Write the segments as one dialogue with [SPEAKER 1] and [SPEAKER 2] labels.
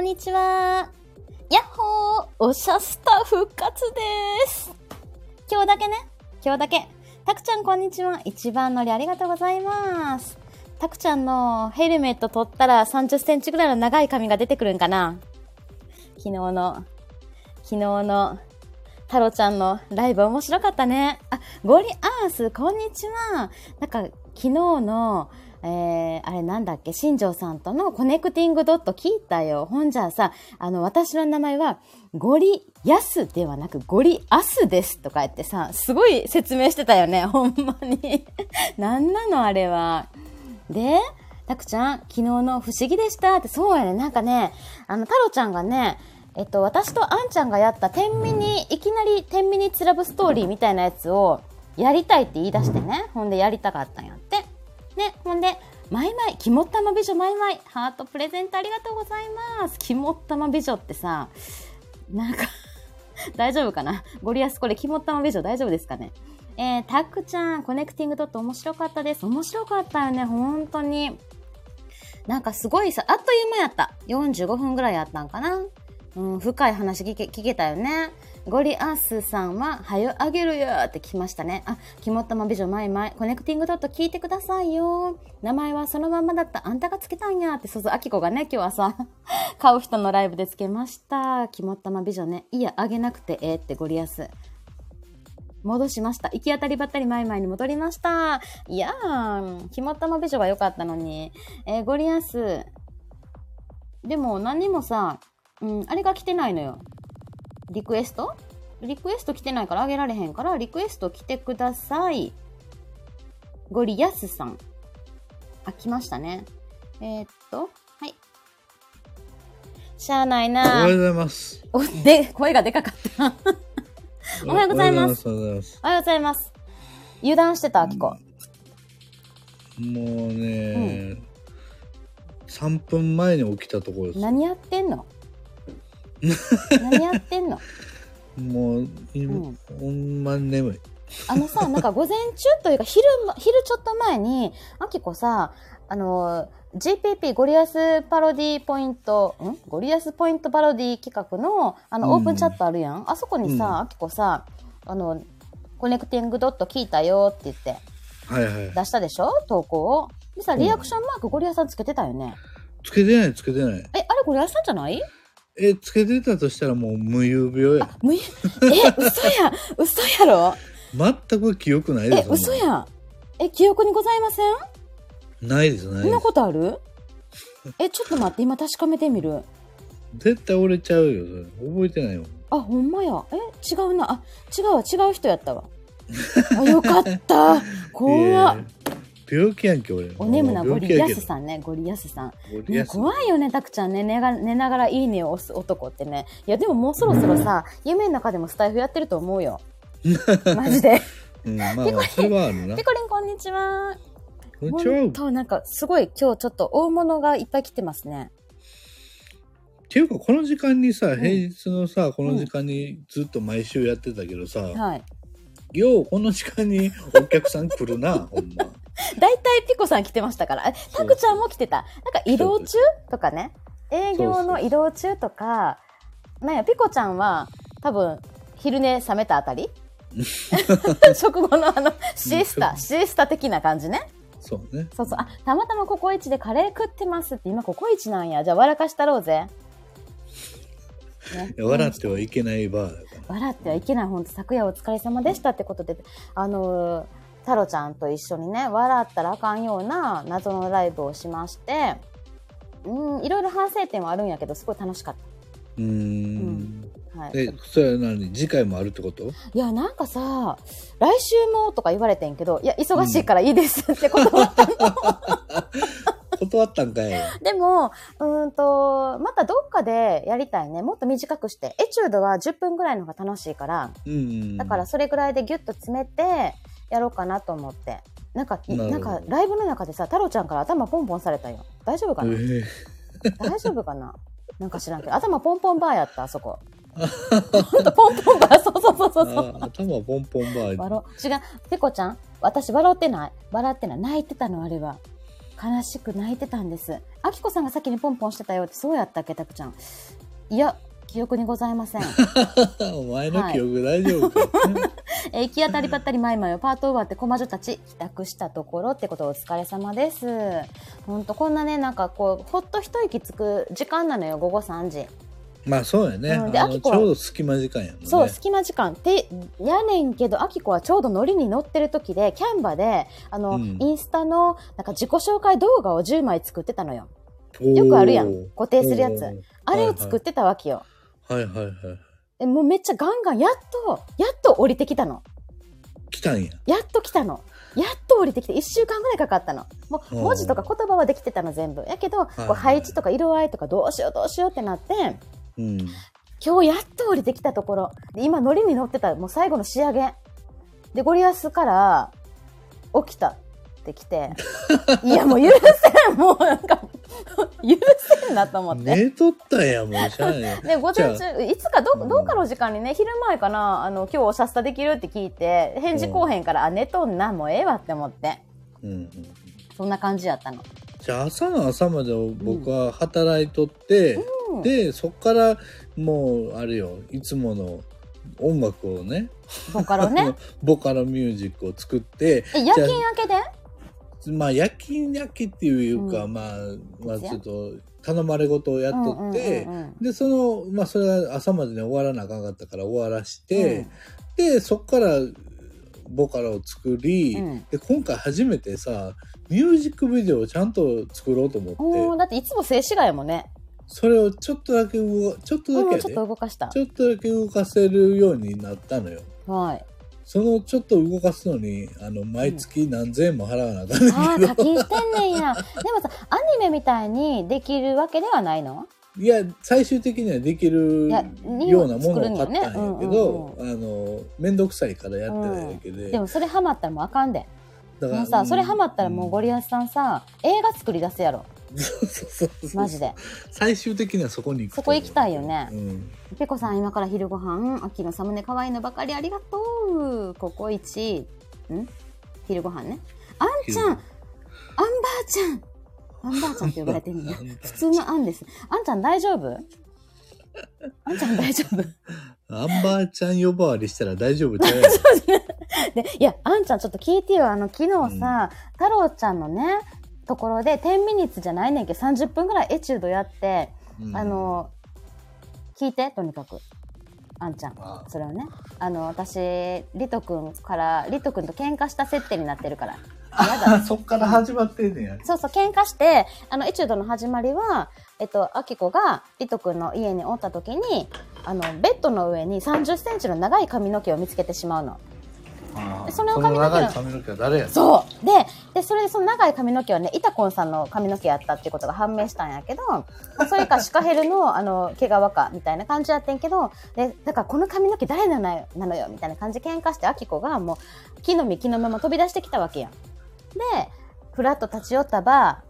[SPEAKER 1] んにちは。やっほーおしゃスタ復活です今日だけね。今日だけ。たくちゃんこんにちは。一番乗りありがとうございます。たくちゃんのヘルメット取ったら30センチぐらいの長い髪が出てくるんかな昨日の、昨日の、太郎ちゃんのライブ面白かったね。あ、ゴリアース、こんにちは。なんか、昨日の、えー、あれなんだっけ、新庄さんとのコネクティングドット聞いたよ。ほんじゃあさ、あの、私の名前は、ゴリヤスではなく、ゴリアスですとか言ってさ、すごい説明してたよね、ほんまに。 なんなの、あれは。で、たくちゃん、昨日の不思議でしたって、そうやね、なんかね、あの、太郎ちゃんがね、えっと、私とあんちゃんがやった、天秤に、いきなり天秤につらぶストーリーみたいなやつを、やりたいって言い出してね、ほんでやりたかったんやって。ね、ほんで、マイマイ、肝っ玉美女マイマイ、ハートプレゼントありがとうございます。肝っ玉美女ってさ、なんか、大丈夫かなゴリアスこれ肝っ玉美女大丈夫ですかねえー、たっくちゃん、コネクティングドット面白かったです。面白かったよね、本当に。なんかすごいさ、あっという間やった。45分ぐらいやったんかな。うん、深い話聞け聞けたよね。ゴリアースさんは、はよあげるよって来ましたね。あ、肝っ玉美女マイマイ、コネクティングドット聞いてくださいよ。名前はそのまんまだった。あんたがつけたんやって、そうそう、あきこがね、今日朝、 買う人のライブでつけました。肝っ玉美女ね。いや、あげなくてええってゴリアス。戻しました。行き当たりばったり前々に戻りました。いやー、肝っ玉美女は良かったのに。えーゴリアス。でも何にもさ、うん、あれが来てないのよ。リクエストリクエスト来てないからあげられへんから、リクエスト来てください。ゴリアスさん。あ、来ましたね。えーっと、はい。しゃあない
[SPEAKER 2] おは
[SPEAKER 1] な
[SPEAKER 2] よ
[SPEAKER 1] ー
[SPEAKER 2] うございます。
[SPEAKER 1] お、で、声がでかかった。おはようございます
[SPEAKER 2] おはようございます。
[SPEAKER 1] おはようございます。油断してた、あきこ。
[SPEAKER 2] もうね、三3分前に起きたところです。
[SPEAKER 1] 何やってんの何やってんの
[SPEAKER 2] もう、今
[SPEAKER 1] うん
[SPEAKER 2] ほんまに眠い。
[SPEAKER 1] あの さ、なんか午前中というか昼ま、昼ちょっと前に、あきこさ、あの、GPP ゴリアスパロディポイント、んゴリアスポイントパロディ企画の、あ
[SPEAKER 2] うん
[SPEAKER 1] の、オープンチャットあるやん。あそこに
[SPEAKER 2] うん
[SPEAKER 1] さ、あきこさ、あの、コネクティングドット聞いたよって言って
[SPEAKER 2] はいはい。
[SPEAKER 1] 出したでしょ投稿を。でさ、リアクションマークゴリアスさんつけてたよね。
[SPEAKER 2] つけてないつけてない。
[SPEAKER 1] え、あれゴリアスさんじゃない
[SPEAKER 2] え、つけてたとしたらもう無遊病や。
[SPEAKER 1] むえ、嘘やん嘘やろ
[SPEAKER 2] 全く記憶ないで
[SPEAKER 1] え
[SPEAKER 2] す。、
[SPEAKER 1] 嘘やんえ、記憶にございません
[SPEAKER 2] ないです、な
[SPEAKER 1] そ
[SPEAKER 2] い
[SPEAKER 1] ん
[SPEAKER 2] で
[SPEAKER 1] な
[SPEAKER 2] す。
[SPEAKER 1] ことあるえ、ちょっと待って、今確かめてみる。
[SPEAKER 2] 絶対折れちゃうよ、それ。覚えてないよ。
[SPEAKER 1] あ、ほんまや。え、違うな。あ、違うわ、違う人や ったわ。あ、よかった。怖っ
[SPEAKER 2] いや。病気やんけ、俺。
[SPEAKER 1] おねむなゴリヤス
[SPEAKER 2] ん。
[SPEAKER 1] さんね、ゴリヤスさん。
[SPEAKER 2] ゴリ
[SPEAKER 1] ね、
[SPEAKER 2] ヤス。
[SPEAKER 1] 怖いよね、たくちゃんね寝が。寝ながらいいねを押す男ってね。いや、でももうそろそろさ、夢の中でもスタイフやってると思う よ。マジで。
[SPEAKER 2] うん、まあまあ、それはあるな
[SPEAKER 1] ピ。コリン、こんにちは。
[SPEAKER 2] こんにちは。
[SPEAKER 1] 本
[SPEAKER 2] っ
[SPEAKER 1] 当なんかすごい今日ちょっと大物がいっぱい来てますね。
[SPEAKER 2] ていうか、この時間にさ、
[SPEAKER 1] ん
[SPEAKER 2] 平日のさ、この時間にずっと毎週やってたけどさ、
[SPEAKER 1] はい。
[SPEAKER 2] ようこの時間に お客さん来るな ほんま
[SPEAKER 1] 大体ピコさん来てましたから。えタクちゃんも来てた。なんか移動中とかね。営業の移動中とか、なんや、ピコちゃんは多分昼寝冷めたあたり食後のあの、シエス
[SPEAKER 2] う
[SPEAKER 1] タ、
[SPEAKER 2] ん
[SPEAKER 1] シエスタ的な感じね。
[SPEAKER 2] そうね
[SPEAKER 1] そうそう。あ、たまたまココイチでカレー食ってますって、今ココイチなんや。じゃあ笑かしたろうぜ。ね
[SPEAKER 2] いや笑ってはいけないバーだから
[SPEAKER 1] 笑ってはいけない本当昨夜お疲れ様でしたってことであのー太郎ちゃんと一緒にね笑ったらあかんような謎のライブをしましてうんいろいろ反省点はあるんやけどすごい楽しかっ
[SPEAKER 2] うーん、
[SPEAKER 1] た、はい、
[SPEAKER 2] えそれは何次回もあるってこと
[SPEAKER 1] いやなんかさ来週もとか言われてんけどいや忙しいからいいですってこと は、
[SPEAKER 2] 断ったん かい
[SPEAKER 1] でもうーんとまたどっかでやりたいねもっと短くしてエチュードは10分ぐらいの方が楽しいから
[SPEAKER 2] うん
[SPEAKER 1] だからそれぐらいでギュッと詰めてやろうかなと思って。なんか、
[SPEAKER 2] なるほど
[SPEAKER 1] なんかライブの中でさ、太郎ちゃんから頭ポンポンされたよ。大丈夫か
[SPEAKER 2] え
[SPEAKER 1] な
[SPEAKER 2] ー
[SPEAKER 1] 大丈夫かななんか知らんけど、頭ポンポンバーやった、あそこ。ほんとポンポンバー、そうそうそうそうそう。
[SPEAKER 2] あ頭ポンポンバー
[SPEAKER 1] 笑う違う、ペコちゃん、私笑ってない笑ってない。泣いてたの、あれは。悲しく泣いてたんです。あきこさんが先にポンポンしてたよって、そうやったっけ、たくちゃん。いや、記憶にございません。
[SPEAKER 2] お前の記憶大丈夫か、
[SPEAKER 1] えー行き当たりばったりマイマイをパート終わってコマ女たち帰宅したところってことお疲れ様です。ほんとこんなね、なんかこう、ほっと一息つく時間なのよ、午後3時。
[SPEAKER 2] まあそうやね、
[SPEAKER 1] うんで
[SPEAKER 2] あ
[SPEAKER 1] あ
[SPEAKER 2] の
[SPEAKER 1] き
[SPEAKER 2] ち
[SPEAKER 1] こは
[SPEAKER 2] ょうど隙間時間やもんね
[SPEAKER 1] そう、隙間時間って、やねんけど、あきこはちょうどノリに乗ってる時で、キャンバで、あの、
[SPEAKER 2] うん
[SPEAKER 1] インスタの、なんか自己紹介動画を10枚作ってたのよ。
[SPEAKER 2] おー
[SPEAKER 1] よくあるやん。固定するやつ
[SPEAKER 2] お。ー
[SPEAKER 1] あれを作ってたわけよ。
[SPEAKER 2] はいはいはい
[SPEAKER 1] でもうめっちゃガンガン、やっと、やっと降りてきたの。
[SPEAKER 2] 来たんや
[SPEAKER 1] やっと来たの。やっと降りてきて、1週間ぐらいかかったの。もう
[SPEAKER 2] うん
[SPEAKER 1] 文字とか言葉はできてたの全部。やけど、
[SPEAKER 2] いはい
[SPEAKER 1] こう配置とか色合いとかどうしようどうしようってなって、
[SPEAKER 2] うん
[SPEAKER 1] 今日やっと降りてきたところ。で、今乗りに乗ってた、もう最後の仕上げ。で、ゴリアスから、起きたって来 て、いやもう許せんもうなんか、 許せんなと思って。
[SPEAKER 2] 寝とったんやもうしゃあな いや
[SPEAKER 1] で午前
[SPEAKER 2] じ
[SPEAKER 1] 中いつかど
[SPEAKER 2] うん
[SPEAKER 1] どうかの時間にね昼前かなあの今日おしゃスタできるって聞いて返事こうへんからあ寝とんなもうええわって思って
[SPEAKER 2] うんうん
[SPEAKER 1] そんな感じやったの
[SPEAKER 2] じゃあ朝の朝まで僕は働いとって、
[SPEAKER 1] うん
[SPEAKER 2] でそっからもうあれよいつもの音楽をね
[SPEAKER 1] ボカロ ね
[SPEAKER 2] ボカロミュージックを作って
[SPEAKER 1] え夜
[SPEAKER 2] じゃ
[SPEAKER 1] 勤
[SPEAKER 2] あ
[SPEAKER 1] 明けで
[SPEAKER 2] まあ夜勤夜勤っていうか、
[SPEAKER 1] うん
[SPEAKER 2] まあまあちょっと頼まれ事をやっとって、
[SPEAKER 1] うんうんうんうん
[SPEAKER 2] でそのまあそれは朝までに終わらなあかんかったから終わらして、
[SPEAKER 1] うん
[SPEAKER 2] でそっからボカロを作り、
[SPEAKER 1] うん
[SPEAKER 2] で今回初めてさミュージックビデオをちゃんと作ろうと思
[SPEAKER 1] おー
[SPEAKER 2] って
[SPEAKER 1] だっていつも静止画やもんね
[SPEAKER 2] それをちょっとだけ動かちょっとだけ
[SPEAKER 1] う
[SPEAKER 2] や
[SPEAKER 1] んちょっ
[SPEAKER 2] で、
[SPEAKER 1] と動かした
[SPEAKER 2] ちょっとだけ動かせるようになったのよ。
[SPEAKER 1] はい
[SPEAKER 2] そのちょっと動かすのにあの毎月何千円も払わ なあかんねん
[SPEAKER 1] あ
[SPEAKER 2] け
[SPEAKER 1] ー
[SPEAKER 2] ど
[SPEAKER 1] 課金してんねんやでもさアニメみたいにできるわけではないの
[SPEAKER 2] いや最終的にはできる
[SPEAKER 1] いや
[SPEAKER 2] ようなものを買ったんや
[SPEAKER 1] 作るの
[SPEAKER 2] け
[SPEAKER 1] よ
[SPEAKER 2] ど、あの面倒くさいからやってないだけで、
[SPEAKER 1] でもそれハマったらもうあかんで
[SPEAKER 2] だ
[SPEAKER 1] もうさそれハマったらもうゴ
[SPEAKER 2] れ、
[SPEAKER 1] リアスさんさ映画作り出すやろ
[SPEAKER 2] うんそうそうそうそう
[SPEAKER 1] マジで
[SPEAKER 2] 最終的にはそこに行く
[SPEAKER 1] そこ行きたいよね
[SPEAKER 2] うん
[SPEAKER 1] ペコさん、今から昼ご飯秋のサムネ可愛いのばかりありがとう。ココイチ。ん昼ご飯ね。あんちゃん、あんばあちゃん。あんばあちゃんって呼ばれてん ねや。普通のあんです。あんちゃん大丈夫あんちゃん大丈夫
[SPEAKER 2] アンバーちゃん呼ばわりしたら大丈夫ちゃう やろ
[SPEAKER 1] で、いや、あんちゃんちょっと聞いてよ。あの、昨日さ、太郎ちゃんのね、ところで10ミニッツじゃないねんけど30分ぐらいエチュードやって、
[SPEAKER 2] うん
[SPEAKER 1] あの、聞いて、とにかく。あんちゃん
[SPEAKER 2] あ。あ
[SPEAKER 1] それをね。あの、私、りとくんから、りとくんと喧嘩した設定になってる から。やだ。
[SPEAKER 2] そっから始まってんねや
[SPEAKER 1] そうそう、喧嘩して、あの、エチュードの始まりは、えっと、あきこが、りとくんの家におった時に、あの、ベッドの上に30センチの長い髪の毛を見つけてしまうの。
[SPEAKER 2] あー
[SPEAKER 1] その髪の毛
[SPEAKER 2] 長い髪の毛は誰や
[SPEAKER 1] そうででそれでその長い髪の毛はねイタコンさんの髪の毛やったっていうことが判明したんやけど、まあそれかシカヘルのあの毛皮かみたいな感じやってんけどでだからこの髪の毛誰なのよなのよみたいな感じで喧嘩してアキコがもう木の実木のまま飛び出してきたわけやん。でふらっと立ち寄ったバ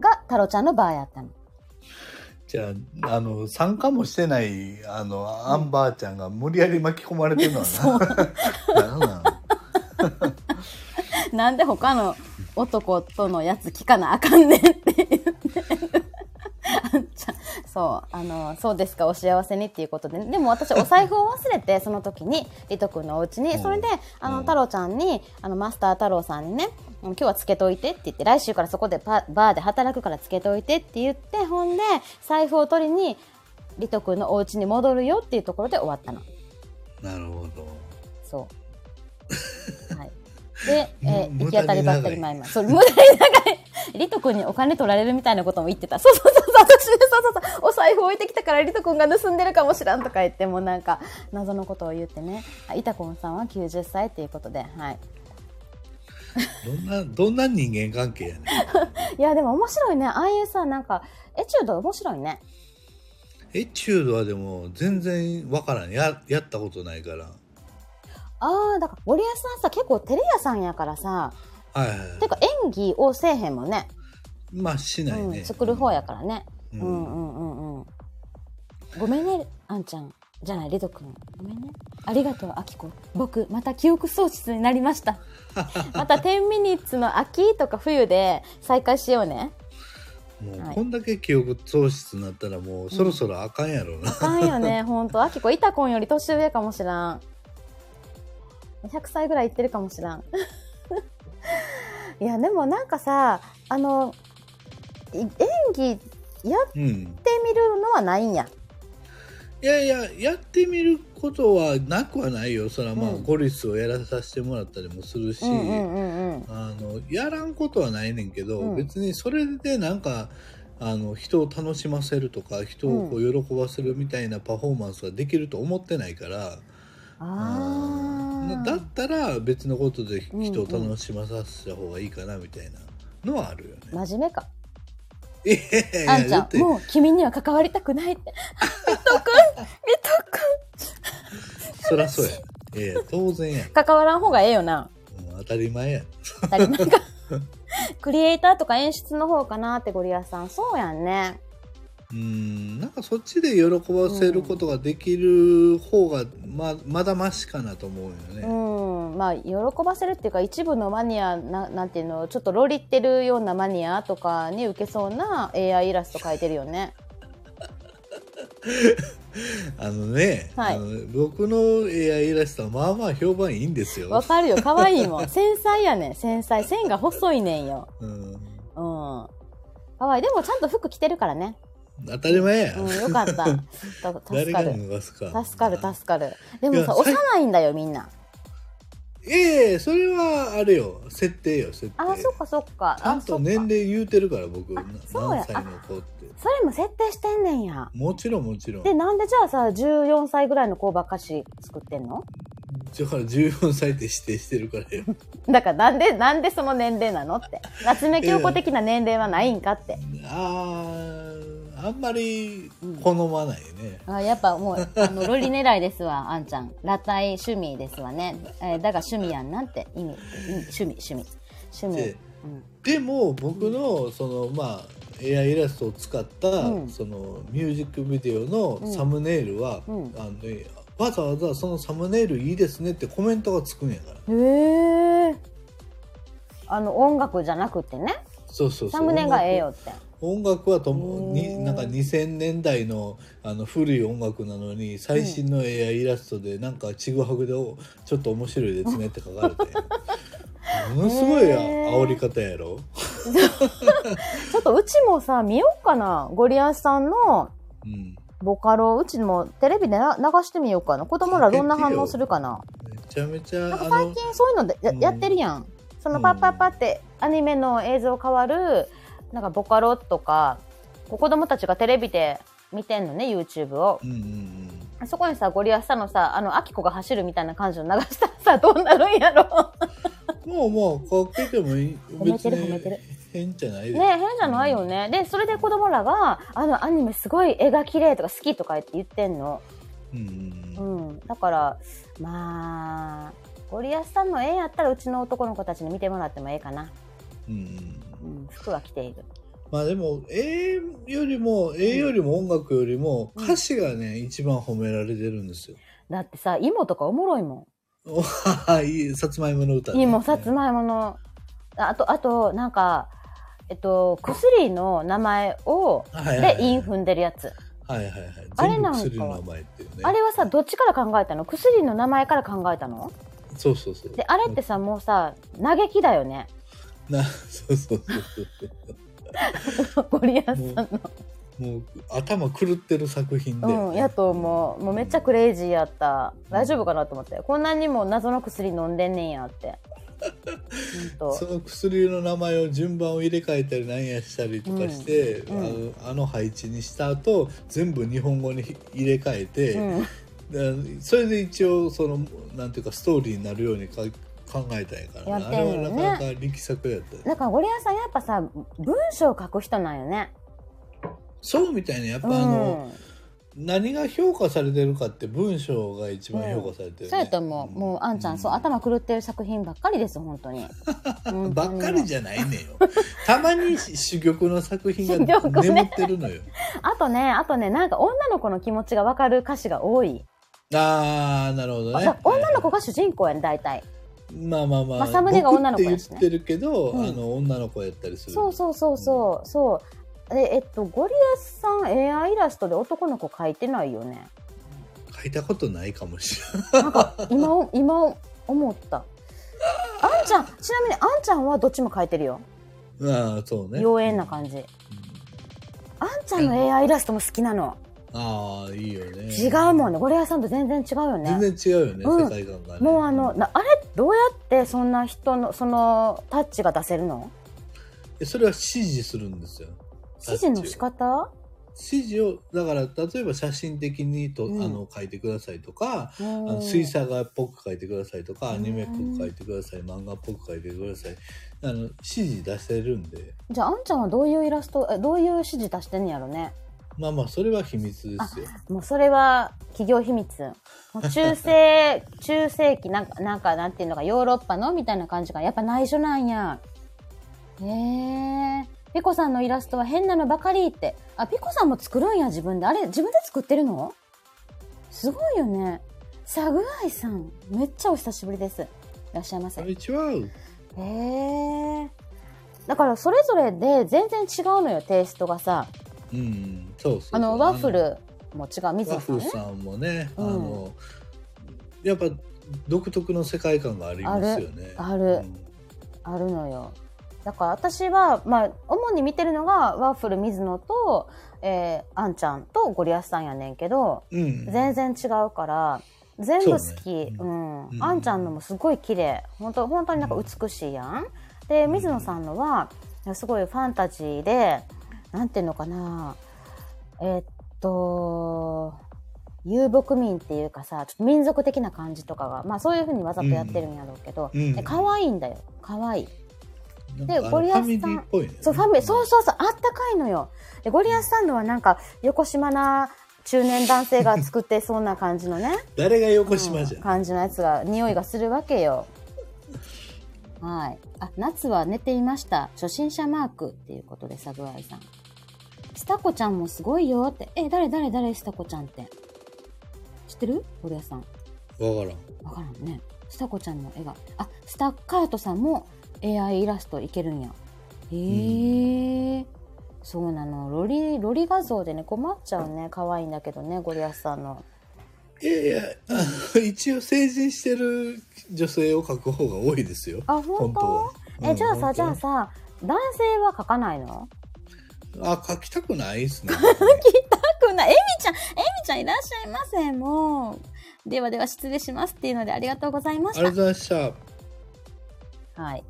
[SPEAKER 1] ーが太郎ちゃんのバーやったの。
[SPEAKER 2] じゃああの参加もしてないあのアンバーちゃんが無理やり巻き込まれてるのは ななんなん
[SPEAKER 1] なんで他の男とのやつ聞かなあかんねんって言って。あんちゃんそう、あの、そうですか、お幸せにっていうことで。でも私、お財布を忘れて、その時に、りとくんのお家
[SPEAKER 2] う
[SPEAKER 1] に、
[SPEAKER 2] ん
[SPEAKER 1] それで、あ
[SPEAKER 2] う
[SPEAKER 1] の、
[SPEAKER 2] ん
[SPEAKER 1] 太郎ちゃんに、あの、マスター太郎さんにね、うん今日はつけといてって言って、来週からそこでパバーで働くからつけといてって言って、ほんで、財布を取りに、りとくんのお家に戻るよっていうところで終わったの。
[SPEAKER 2] なるほど。
[SPEAKER 1] そう。はい。で、えー
[SPEAKER 2] む
[SPEAKER 1] 行き当たりばったり前々。そう、無駄に長い。 リト君にお金取られるみたいなことも言ってた。そうそうそうそう、私ね、そうそうそう、お財布置いてきたからリト君が盗んでるかもしらんとか言って、もうなんか、謎のことを言ってね。あイタコンさんは90歳ということで、はい。
[SPEAKER 2] どんな、どんな人間関係やねん。
[SPEAKER 1] いや、でも面白いね。ああいうさ、なんか、エチュード面白いね。
[SPEAKER 2] エチュードはでも全然わからん。や、やったことないから。
[SPEAKER 1] ああ、だから、森保さんさ、結構テレ屋さんやからさ、
[SPEAKER 2] はいはいはい
[SPEAKER 1] て。か演技をせえへんもんね。
[SPEAKER 2] まあしないね。
[SPEAKER 1] うん、作る方やからね。
[SPEAKER 2] う。
[SPEAKER 1] うんうんんうんうん。ごめんね、あんちゃん。じゃない、りとくん。ごめんね。ありがとう、あきこ。僕、また記憶喪失になりま した。また10ミニッツの秋とか冬で再開しようね。
[SPEAKER 2] もう
[SPEAKER 1] はい
[SPEAKER 2] こんだけ記憶喪失になったらもうそろそろあかんやろうな、
[SPEAKER 1] あかんよ ね、ほんと。あきこ、いたこんより年上かもしらん。100歳ぐらいいってるかもしらん。 いや、でもなんかさ、あの、い演技やって
[SPEAKER 2] うん、
[SPEAKER 1] みるのはないんや。
[SPEAKER 2] いやいややってみることはなくはないよそれはまあ、
[SPEAKER 1] うん
[SPEAKER 2] ゴリスをやらさせてもらったりもするし、
[SPEAKER 1] うんうんうんうん。
[SPEAKER 2] あのやらんことはないねんけど、
[SPEAKER 1] うん
[SPEAKER 2] 別にそれでなんかあの人を楽しませるとか人をこう喜ばせるみたいなパフォーマンスはできると思ってないから、
[SPEAKER 1] あ
[SPEAKER 2] だ
[SPEAKER 1] あ。
[SPEAKER 2] ったら別のことで人を楽しまさせた方がいいかなみたいなのはあるよね。
[SPEAKER 1] 真面目か。
[SPEAKER 2] いやいやいや
[SPEAKER 1] あんち
[SPEAKER 2] だ
[SPEAKER 1] ゃ
[SPEAKER 2] っ
[SPEAKER 1] ん、
[SPEAKER 2] て
[SPEAKER 1] もう君には関わりたくないって。ミト君
[SPEAKER 2] そらそうや。ええ当然や、
[SPEAKER 1] 関わらん方がええよな。
[SPEAKER 2] うん当たり前や。
[SPEAKER 1] 足り ないか。クリエイターとか演出の方かなってゴリラさん。そうやんね。
[SPEAKER 2] うんなんかそっちで喜ばせることができる方がままだましかなと思うよ
[SPEAKER 1] う
[SPEAKER 2] ね。
[SPEAKER 1] ん。まあ、喜ばせるっていうか、一部のマニア、ななんていうの、ちょっとロリってるようなマニアとかに受けそうな AI イラスト描いてるよね。
[SPEAKER 2] あのね、
[SPEAKER 1] はい
[SPEAKER 2] あの僕の AI イラストはまあまあ評判いいんです
[SPEAKER 1] わ
[SPEAKER 2] よ。
[SPEAKER 1] かるよ。可愛いもん。繊細やねん。繊細。線が細いねんよ。
[SPEAKER 2] うん、
[SPEAKER 1] うん。可愛い。でもちゃんと服着てるからね。
[SPEAKER 2] 当たり前や。
[SPEAKER 1] うん、よかった。 と
[SPEAKER 2] 誰
[SPEAKER 1] 助か
[SPEAKER 2] が
[SPEAKER 1] る。
[SPEAKER 2] 逃すか。
[SPEAKER 1] 助かる、助かる。でも
[SPEAKER 2] い
[SPEAKER 1] さ、
[SPEAKER 2] や
[SPEAKER 1] 幼
[SPEAKER 2] 最
[SPEAKER 1] いんだよ、みんな。
[SPEAKER 2] ええそれはあれよ設定よ設定。
[SPEAKER 1] あー、そっかそっか。
[SPEAKER 2] ちゃ
[SPEAKER 1] あ
[SPEAKER 2] ん
[SPEAKER 1] そ
[SPEAKER 2] と
[SPEAKER 1] っ
[SPEAKER 2] 年
[SPEAKER 1] か。
[SPEAKER 2] 齢言うてるから僕な
[SPEAKER 1] そうや
[SPEAKER 2] 何歳の子って。
[SPEAKER 1] それも設定してんねんや。
[SPEAKER 2] もちろんもちろん。
[SPEAKER 1] で、なんでじゃあさ、14歳ぐらいの子ばっかし作ってんの
[SPEAKER 2] だから14歳って指定してるからよ。
[SPEAKER 1] だからなんで、なんでその年齢なのって。夏目京子的な年齢はないんかって。
[SPEAKER 2] あーあんまり好まないね、
[SPEAKER 1] あーやっぱもう、あの、ロリ狙いですわ、 あんちゃん。裸体趣味ですわね。えーだが趣味やんなんて意味。意味趣味、趣味。趣味
[SPEAKER 2] で。
[SPEAKER 1] うん
[SPEAKER 2] でも僕のそのまあ AI イラストを使った、
[SPEAKER 1] うん
[SPEAKER 2] そのミュージックビデオのサムネイルは、
[SPEAKER 1] うん
[SPEAKER 2] あのねわざわざそのサムネイルいいですねってコメントがつくんやから。
[SPEAKER 1] へえ。あの音楽じゃなくてね、
[SPEAKER 2] そうそうそう
[SPEAKER 1] サムネがええよって。
[SPEAKER 2] 音楽はとも
[SPEAKER 1] へー
[SPEAKER 2] になんか2000年代のあの古い音楽なのに最新の AI イラストでなんかちぐはぐでおちょっと面白いですねって書かれて ものすごい
[SPEAKER 1] へ
[SPEAKER 2] あ
[SPEAKER 1] ー
[SPEAKER 2] 煽り方やろ、
[SPEAKER 1] ちょっとうちもさ、見ようかな。ゴリアスさんの
[SPEAKER 2] うん、
[SPEAKER 1] ボカロ、うちもテレビでな流してみようかな。子供らどんな反応するかな。
[SPEAKER 2] めちゃめちゃ
[SPEAKER 1] なんか
[SPEAKER 2] あ
[SPEAKER 1] 最
[SPEAKER 2] の
[SPEAKER 1] 近そういうのでや,、
[SPEAKER 2] うん
[SPEAKER 1] やってるやん。そのパッパッパってアニメの映像変わる、なんかボカロとか、こう子供たちがテレビで見てんのね、YouTube を
[SPEAKER 2] う。んうんうん
[SPEAKER 1] そこにさ、ゴリアスさんのさ、あの、アキコが走るみたいな感じの流したらさ、どうなるんやろ。
[SPEAKER 2] もうもうかけてもいい
[SPEAKER 1] 褒めてる褒めてる
[SPEAKER 2] 変じゃないで
[SPEAKER 1] ね変じゃないよね。で、それで子供らが、あのアニメすごい絵が綺麗とか好きとか言って言ってんの。
[SPEAKER 2] うんうん
[SPEAKER 1] う
[SPEAKER 2] うん
[SPEAKER 1] ん。だから、まあ、ゴリアスさんの絵やったらうちの男の子たちに見てもらってもええかな。
[SPEAKER 2] うんうん
[SPEAKER 1] うん。服は着ている。
[SPEAKER 2] まあでも絵よりも絵よりも音楽よりも歌詞がね一番褒められてるんですよ
[SPEAKER 1] だってさ、芋とかおもろいも
[SPEAKER 2] おはいいさつまいもの歌、
[SPEAKER 1] ん。芋、さつまいもの。ああと、あと、なんか、えっと、薬の名前を、
[SPEAKER 2] いもはいはい
[SPEAKER 1] で、イン踏んでるやつ。
[SPEAKER 2] はいはいはい
[SPEAKER 1] あれ
[SPEAKER 2] 全
[SPEAKER 1] な
[SPEAKER 2] 部
[SPEAKER 1] んか
[SPEAKER 2] 薬の名前っていうね
[SPEAKER 1] あれはさ、どっちから考えたの薬の名前から考えたの
[SPEAKER 2] そうそうそう
[SPEAKER 1] で、あれってさ、もうさ、嘆きだよね。
[SPEAKER 2] なそうそうそう そう
[SPEAKER 1] ゴリアスさんの。
[SPEAKER 2] もう頭狂ってる作品で、
[SPEAKER 1] うん、やと思う。もうめっちゃクレイジーやった。大丈夫かなと思って。こんなにも謎の薬飲んでんねんや って。ほん
[SPEAKER 2] そ
[SPEAKER 1] と。
[SPEAKER 2] の薬の名前を順番を入れ替えたりなんやしたりとかして、
[SPEAKER 1] うんうん
[SPEAKER 2] あのあの配置にした後全部日本語に入れ替えて、
[SPEAKER 1] うん。
[SPEAKER 2] でそれで一応そのなんていうかストーリーになるようにか考えたんやから
[SPEAKER 1] や
[SPEAKER 2] ね
[SPEAKER 1] って
[SPEAKER 2] あ
[SPEAKER 1] んよね
[SPEAKER 2] れはなかなか力作やったよ
[SPEAKER 1] だからゴリアスさんやっぱさ、文章を書く人なんよね。
[SPEAKER 2] そうみたいなやっぱ
[SPEAKER 1] う
[SPEAKER 2] あ
[SPEAKER 1] ん。
[SPEAKER 2] の、何が評価されてるかって文章が一番評価されてる、ね
[SPEAKER 1] そうやと思う。もう、あんちゃん、そう、頭狂ってる作品ばっかりです、本当に。
[SPEAKER 2] うん ばっかりじゃないねんよたまに珠玉の作品
[SPEAKER 1] 珠玉
[SPEAKER 2] が
[SPEAKER 1] ね
[SPEAKER 2] 眠ってるのよ、
[SPEAKER 1] ゃあとね、あとね、なんか女の子の気持ちがわかる歌詞が多い。
[SPEAKER 2] あーなるほどね
[SPEAKER 1] だ女の子が主人公やね大体
[SPEAKER 2] まあまあまあ、
[SPEAKER 1] まあサムネが女の子
[SPEAKER 2] 僕
[SPEAKER 1] や
[SPEAKER 2] っ
[SPEAKER 1] して
[SPEAKER 2] 言
[SPEAKER 1] ね
[SPEAKER 2] ってるけど、
[SPEAKER 1] うん
[SPEAKER 2] あの女の子やったりする
[SPEAKER 1] そうそうそうそうそうええっとゴリアスさん AI イラストで男の子描いてないよね
[SPEAKER 2] 書いたことないかもしれない
[SPEAKER 1] なんか今今思ったあんちゃんちなみにあんちゃんはどっちも描いてるよ
[SPEAKER 2] ああそうね
[SPEAKER 1] 妖艶な感じあんちゃんの AI イラストも好きなの
[SPEAKER 2] ああいいよね
[SPEAKER 1] 違うもんねゴリアスさんと全然違うよね
[SPEAKER 2] 全然違うよね、
[SPEAKER 1] うん
[SPEAKER 2] 世界観がね
[SPEAKER 1] もうあのなあれどうやってそんな人のそのタッチが出せるの
[SPEAKER 2] えそれは指示するんですよ
[SPEAKER 1] 指示の仕方
[SPEAKER 2] 指示をだから例えば写真的にと、
[SPEAKER 1] うん
[SPEAKER 2] あの書いてくださいと
[SPEAKER 1] あ
[SPEAKER 2] か、あの水彩画っぽく書いてくださいとかアニメっぽく書いてください漫画っぽく書いてくださいあの指示出せるんで
[SPEAKER 1] じゃああんちゃんはどういうイラストえどういう指示出してんやろね
[SPEAKER 2] まあまあそれは秘密ですよ
[SPEAKER 1] もうそれは企業秘密もう中世中世紀なんかなんかなんていうのかヨーロッパのみたいな感じがやっぱ内緒なんやへえピコさんのイラストは変なのばかりってあピコさんも作るんや自分であれ自分で作ってるのすごいよねサグアイさんめっちゃお久しぶりですいらっしゃいませ
[SPEAKER 2] こ
[SPEAKER 1] へ
[SPEAKER 2] んにちは
[SPEAKER 1] えだからそれぞれで全然違うのよテイストがさ
[SPEAKER 2] うんそうそうそう
[SPEAKER 1] あのワッフルも違う水野さ
[SPEAKER 2] ワフ
[SPEAKER 1] ん
[SPEAKER 2] ル
[SPEAKER 1] ね
[SPEAKER 2] さんもね、
[SPEAKER 1] うん
[SPEAKER 2] あのやっぱ独特の世界観がありますよね
[SPEAKER 1] あるあるあるのよだから私は、まあ、主に見てるのがワッフル水野と、えー、あんちゃんとゴリアスさんやねんけど
[SPEAKER 2] うん、うん
[SPEAKER 1] 全然違うから全部好きう、
[SPEAKER 2] そうねうんうん
[SPEAKER 1] あんちゃんのもすごい綺麗本当本当になんか美しいやん、で水野さんのはすごいファンタジーでなんていうのかなえっと遊牧民っていうかさちょっと民族的な感じとかがまあそういうふうにわざとやってるんやろうけど、
[SPEAKER 2] うん
[SPEAKER 1] で可愛いんだよ可愛い
[SPEAKER 2] なんかあの
[SPEAKER 1] ゴリアスさん
[SPEAKER 2] ファミリーっぽいね
[SPEAKER 1] そう、ファミリー、そう
[SPEAKER 2] そ
[SPEAKER 1] そうそう、あったかいのよ。でゴリアスサンドはなんか、横島な中年男性が作ってそうな感じのね、
[SPEAKER 2] 誰が横島じゃん、
[SPEAKER 1] 感じのやつが、匂いがするわけよ。はい。あ、夏は寝ていました。初心者マークっていうことで、サグアイさん。スタコちゃんもすごいよって。え、誰誰誰スタコちゃんって。知ってるゴリアスさん。
[SPEAKER 2] わからん
[SPEAKER 1] わからんね。スタコちゃんの絵が。あ、スタッカートさんも AI イラストいけるんや。へえそうなの。ロリ、ロリ画像でね、困っちゃうね。可愛いんだけどね、ゴリアスさんの。
[SPEAKER 2] いやいやあの一応成人してる女性を描く方が多いですよ
[SPEAKER 1] あ、本当
[SPEAKER 2] は
[SPEAKER 1] え、
[SPEAKER 2] うん
[SPEAKER 1] じゃあ
[SPEAKER 2] 本当
[SPEAKER 1] さ、じゃあさ、男性は描かないの
[SPEAKER 2] あ描きたくないですね
[SPEAKER 1] くない。エミちゃん、エミちゃんいらっしゃいませ。もう。ではでは失礼しますっていうのでありがとうございま
[SPEAKER 2] ありがとうございました
[SPEAKER 1] た。はい。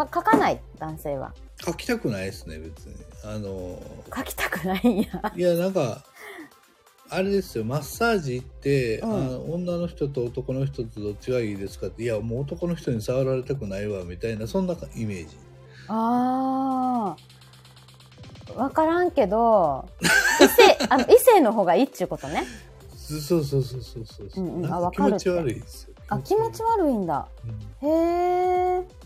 [SPEAKER 1] か描かない、男性は。
[SPEAKER 2] 描きたくないですね別にあの
[SPEAKER 1] 描きたくないんや。
[SPEAKER 2] いやなんかあれですよマッサージ行って、
[SPEAKER 1] うん
[SPEAKER 2] あ女の人と男の人とどっちがいいですかっていやもう男の人に触られたくないわみたいなそんなイメージ
[SPEAKER 1] ああ分からんけ ど異性あの異性の方がいいっちゅうことね
[SPEAKER 2] そそうそうそうそうそうそう、
[SPEAKER 1] うんうん
[SPEAKER 2] なん
[SPEAKER 1] あ
[SPEAKER 2] か
[SPEAKER 1] わ
[SPEAKER 2] 気
[SPEAKER 1] かる
[SPEAKER 2] 持
[SPEAKER 1] って
[SPEAKER 2] ち悪いですよ
[SPEAKER 1] あ気持ち悪いんだ
[SPEAKER 2] 悪い、うん
[SPEAKER 1] へえ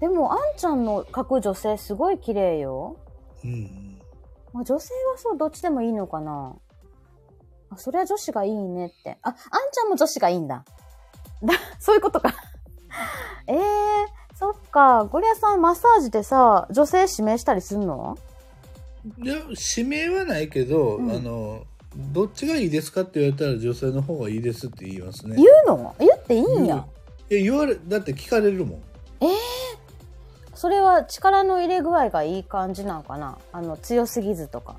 [SPEAKER 1] でもあんちゃんの描く女性すごい綺麗よ、
[SPEAKER 2] うんうん
[SPEAKER 1] まあ、女性はそうどっちでもいいのかなあそれは女子がいいねってああんちゃんも女子がいいんだだ そういうことかええそっかゴリアさんマッサージでさ女性指名したりすんの
[SPEAKER 2] いや指名はないけど、
[SPEAKER 1] うん
[SPEAKER 2] あのどっちがいいですかって言われたら女性の方がいいですって言いますね
[SPEAKER 1] 言うの言っていいんや、
[SPEAKER 2] いや言われだって聞かれるもん
[SPEAKER 1] それは力の入れ具合がいい感じなんかなあの強すぎずとか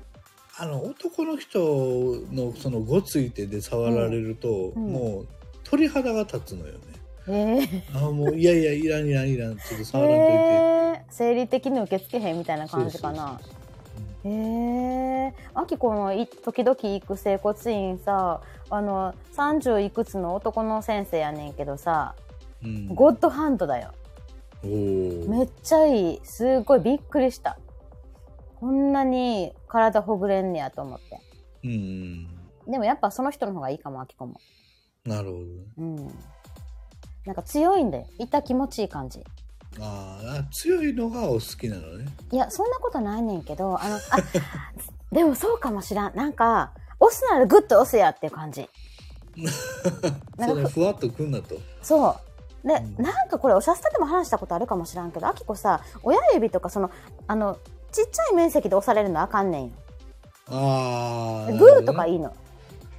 [SPEAKER 2] あの男の人のそのごつい手で触られると、
[SPEAKER 1] うんうん
[SPEAKER 2] もう鳥肌が立つのよ
[SPEAKER 1] へ
[SPEAKER 2] ね
[SPEAKER 1] え
[SPEAKER 2] あもういやいやいらんいらんいらんちょっと触らんといて、
[SPEAKER 1] へえ生理的に受け付けへんみたいな感じかな
[SPEAKER 2] そうそ
[SPEAKER 1] へ
[SPEAKER 2] う
[SPEAKER 1] えあきこのい時々行く整骨院さあの30いくつの男の先生やねんけどさ
[SPEAKER 2] そううん
[SPEAKER 1] ゴッドハンドだよ
[SPEAKER 2] おー
[SPEAKER 1] めっちゃいいすごいびっくりしたこんなに体ほぐれんねやと思って
[SPEAKER 2] うんうん
[SPEAKER 1] でもやっぱその人の方がいいかもあきこも
[SPEAKER 2] なるほどね
[SPEAKER 1] うんなんか強いんだよ痛気持ちいい感じ
[SPEAKER 2] あーあ強いのがお好きなのね
[SPEAKER 1] いやそんなことないねんけどあのあでもそうかもしらんなんか押すならグッと押せやっていう感じ。なんか
[SPEAKER 2] それふわっとくんなと
[SPEAKER 1] そう。で、
[SPEAKER 2] うん
[SPEAKER 1] なんかこれ、おしゃスタでも話したことあるかもしらんけど、あきこさ、親指とか、その、あの、ちっちゃい面積で押されるのあかんねんよ。
[SPEAKER 2] ああ
[SPEAKER 1] グーとかい
[SPEAKER 2] い
[SPEAKER 1] いの。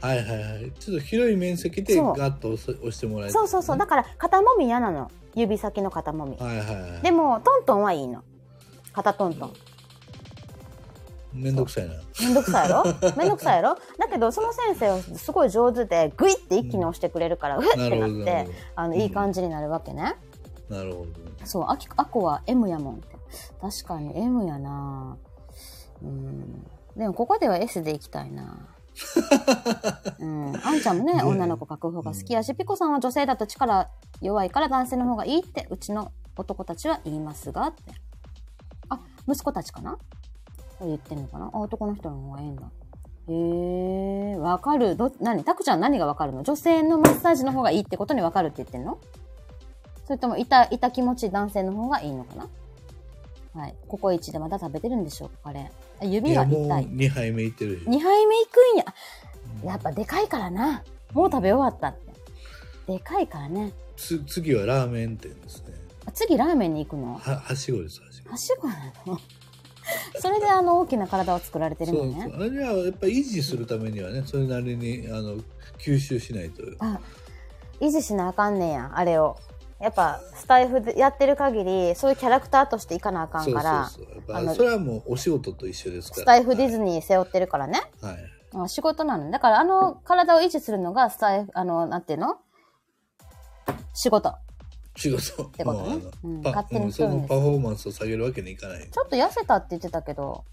[SPEAKER 2] はいはいはいちょっと広い面積で
[SPEAKER 1] そう
[SPEAKER 2] ガッと押す押してもらえる
[SPEAKER 1] そうそうそう。だから、肩もみ嫌なの。指先の肩もみ。
[SPEAKER 2] はいはいはい
[SPEAKER 1] でも、トントンはいいの。肩トントン。
[SPEAKER 2] めんどくさいな
[SPEAKER 1] めんどくさい やろめんどくさいやろだけど、その先生はすごい上手で、グイって一気に押してくれるから、うっって
[SPEAKER 2] なる
[SPEAKER 1] な
[SPEAKER 2] ほど
[SPEAKER 1] っ
[SPEAKER 2] なる
[SPEAKER 1] て、
[SPEAKER 2] ほ
[SPEAKER 1] あの、いい感じになるわけね。
[SPEAKER 2] どなるほど
[SPEAKER 1] そう、あき、あこは M やもんって。確かに M やなうん。でもここでは S でいきたい なうん。あんちゃんもね、
[SPEAKER 2] ねえ
[SPEAKER 1] 女の子書く方が好きやし、ピコさんは女性だと力弱いから男性の方がいいって、うちの男たちは言いますが、って。あ、息子たちかな言ってんのかなあ、男の人の方がええんだ。へえ、わかる。ど、何タクちゃん何がわかるの女性のマッサージの方がいいってことにわかるって言ってんのそれとも、いた、いた気持ち男性の方がいいのかなはい。ココイチでまだ食べてるんでしょうかカレーあ。
[SPEAKER 2] い
[SPEAKER 1] 指
[SPEAKER 2] や
[SPEAKER 1] が
[SPEAKER 2] もう
[SPEAKER 1] 痛い。
[SPEAKER 2] 2杯目いってるし
[SPEAKER 1] 2杯目いくんや。
[SPEAKER 2] うん
[SPEAKER 1] やっぱでかいからな。もう食べ終わったって。でかいからね。
[SPEAKER 2] つ次はラーメン店ですね
[SPEAKER 1] あ次、ラーメンに行くの
[SPEAKER 2] ははしごですはしご
[SPEAKER 1] はしごなの それであの大きな体を作られてる
[SPEAKER 2] そ
[SPEAKER 1] の
[SPEAKER 2] う
[SPEAKER 1] ね
[SPEAKER 2] そう。あれはやっぱ維持するためにはねそれなりにあの吸収しないと
[SPEAKER 1] あ維持しなあかんねんやあれをやっぱスタイフでやってる限りそういうキャラクターとしていかなあかんから
[SPEAKER 2] そうそうそう
[SPEAKER 1] あ
[SPEAKER 2] やっ
[SPEAKER 1] の
[SPEAKER 2] ぱそれはもうお仕事と一緒ですから
[SPEAKER 1] スタイフディズニー背負ってるからね、
[SPEAKER 2] はい、はい
[SPEAKER 1] あ仕事なのだからあの体を維持するのがスタイフあのなんていうの仕事
[SPEAKER 2] 仕事
[SPEAKER 1] てことね
[SPEAKER 2] もうあの
[SPEAKER 1] うん
[SPEAKER 2] パ
[SPEAKER 1] 勝手に
[SPEAKER 2] うん
[SPEAKER 1] 作る
[SPEAKER 2] そ
[SPEAKER 1] ん
[SPEAKER 2] の
[SPEAKER 1] です
[SPEAKER 2] パフォーマンスを下げるわけにいかない
[SPEAKER 1] ちょっと痩せたって言ってたけど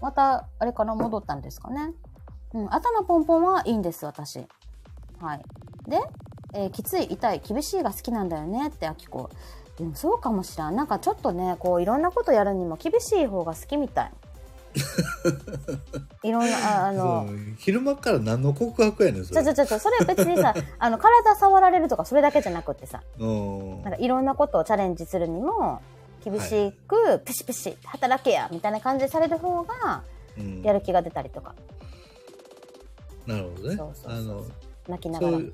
[SPEAKER 1] またあれから戻ったんですかねうん頭ポンポンはいいんです私はいで、えーきつい痛い厳しいが好きなんだよねってあきこでもそうかもしらんなんかちょっとねこういろんなことやるにも厳しい方が好きみ たいいろんなああの
[SPEAKER 2] そう昼間から何の告白やねんそ
[SPEAKER 1] ち
[SPEAKER 2] れ
[SPEAKER 1] ょちょちょちょそれ別にさあの体触られるとかそれだけじゃなくってさ
[SPEAKER 2] うん
[SPEAKER 1] なんかいろんなことをチャレンジするにも厳しくプシプシ働けやみたいな感じでされる方が
[SPEAKER 2] うん
[SPEAKER 1] やる気が出たりとか
[SPEAKER 2] なるほどね
[SPEAKER 1] そうそうそう
[SPEAKER 2] あの
[SPEAKER 1] 泣きな
[SPEAKER 2] そ
[SPEAKER 1] がら
[SPEAKER 2] ういう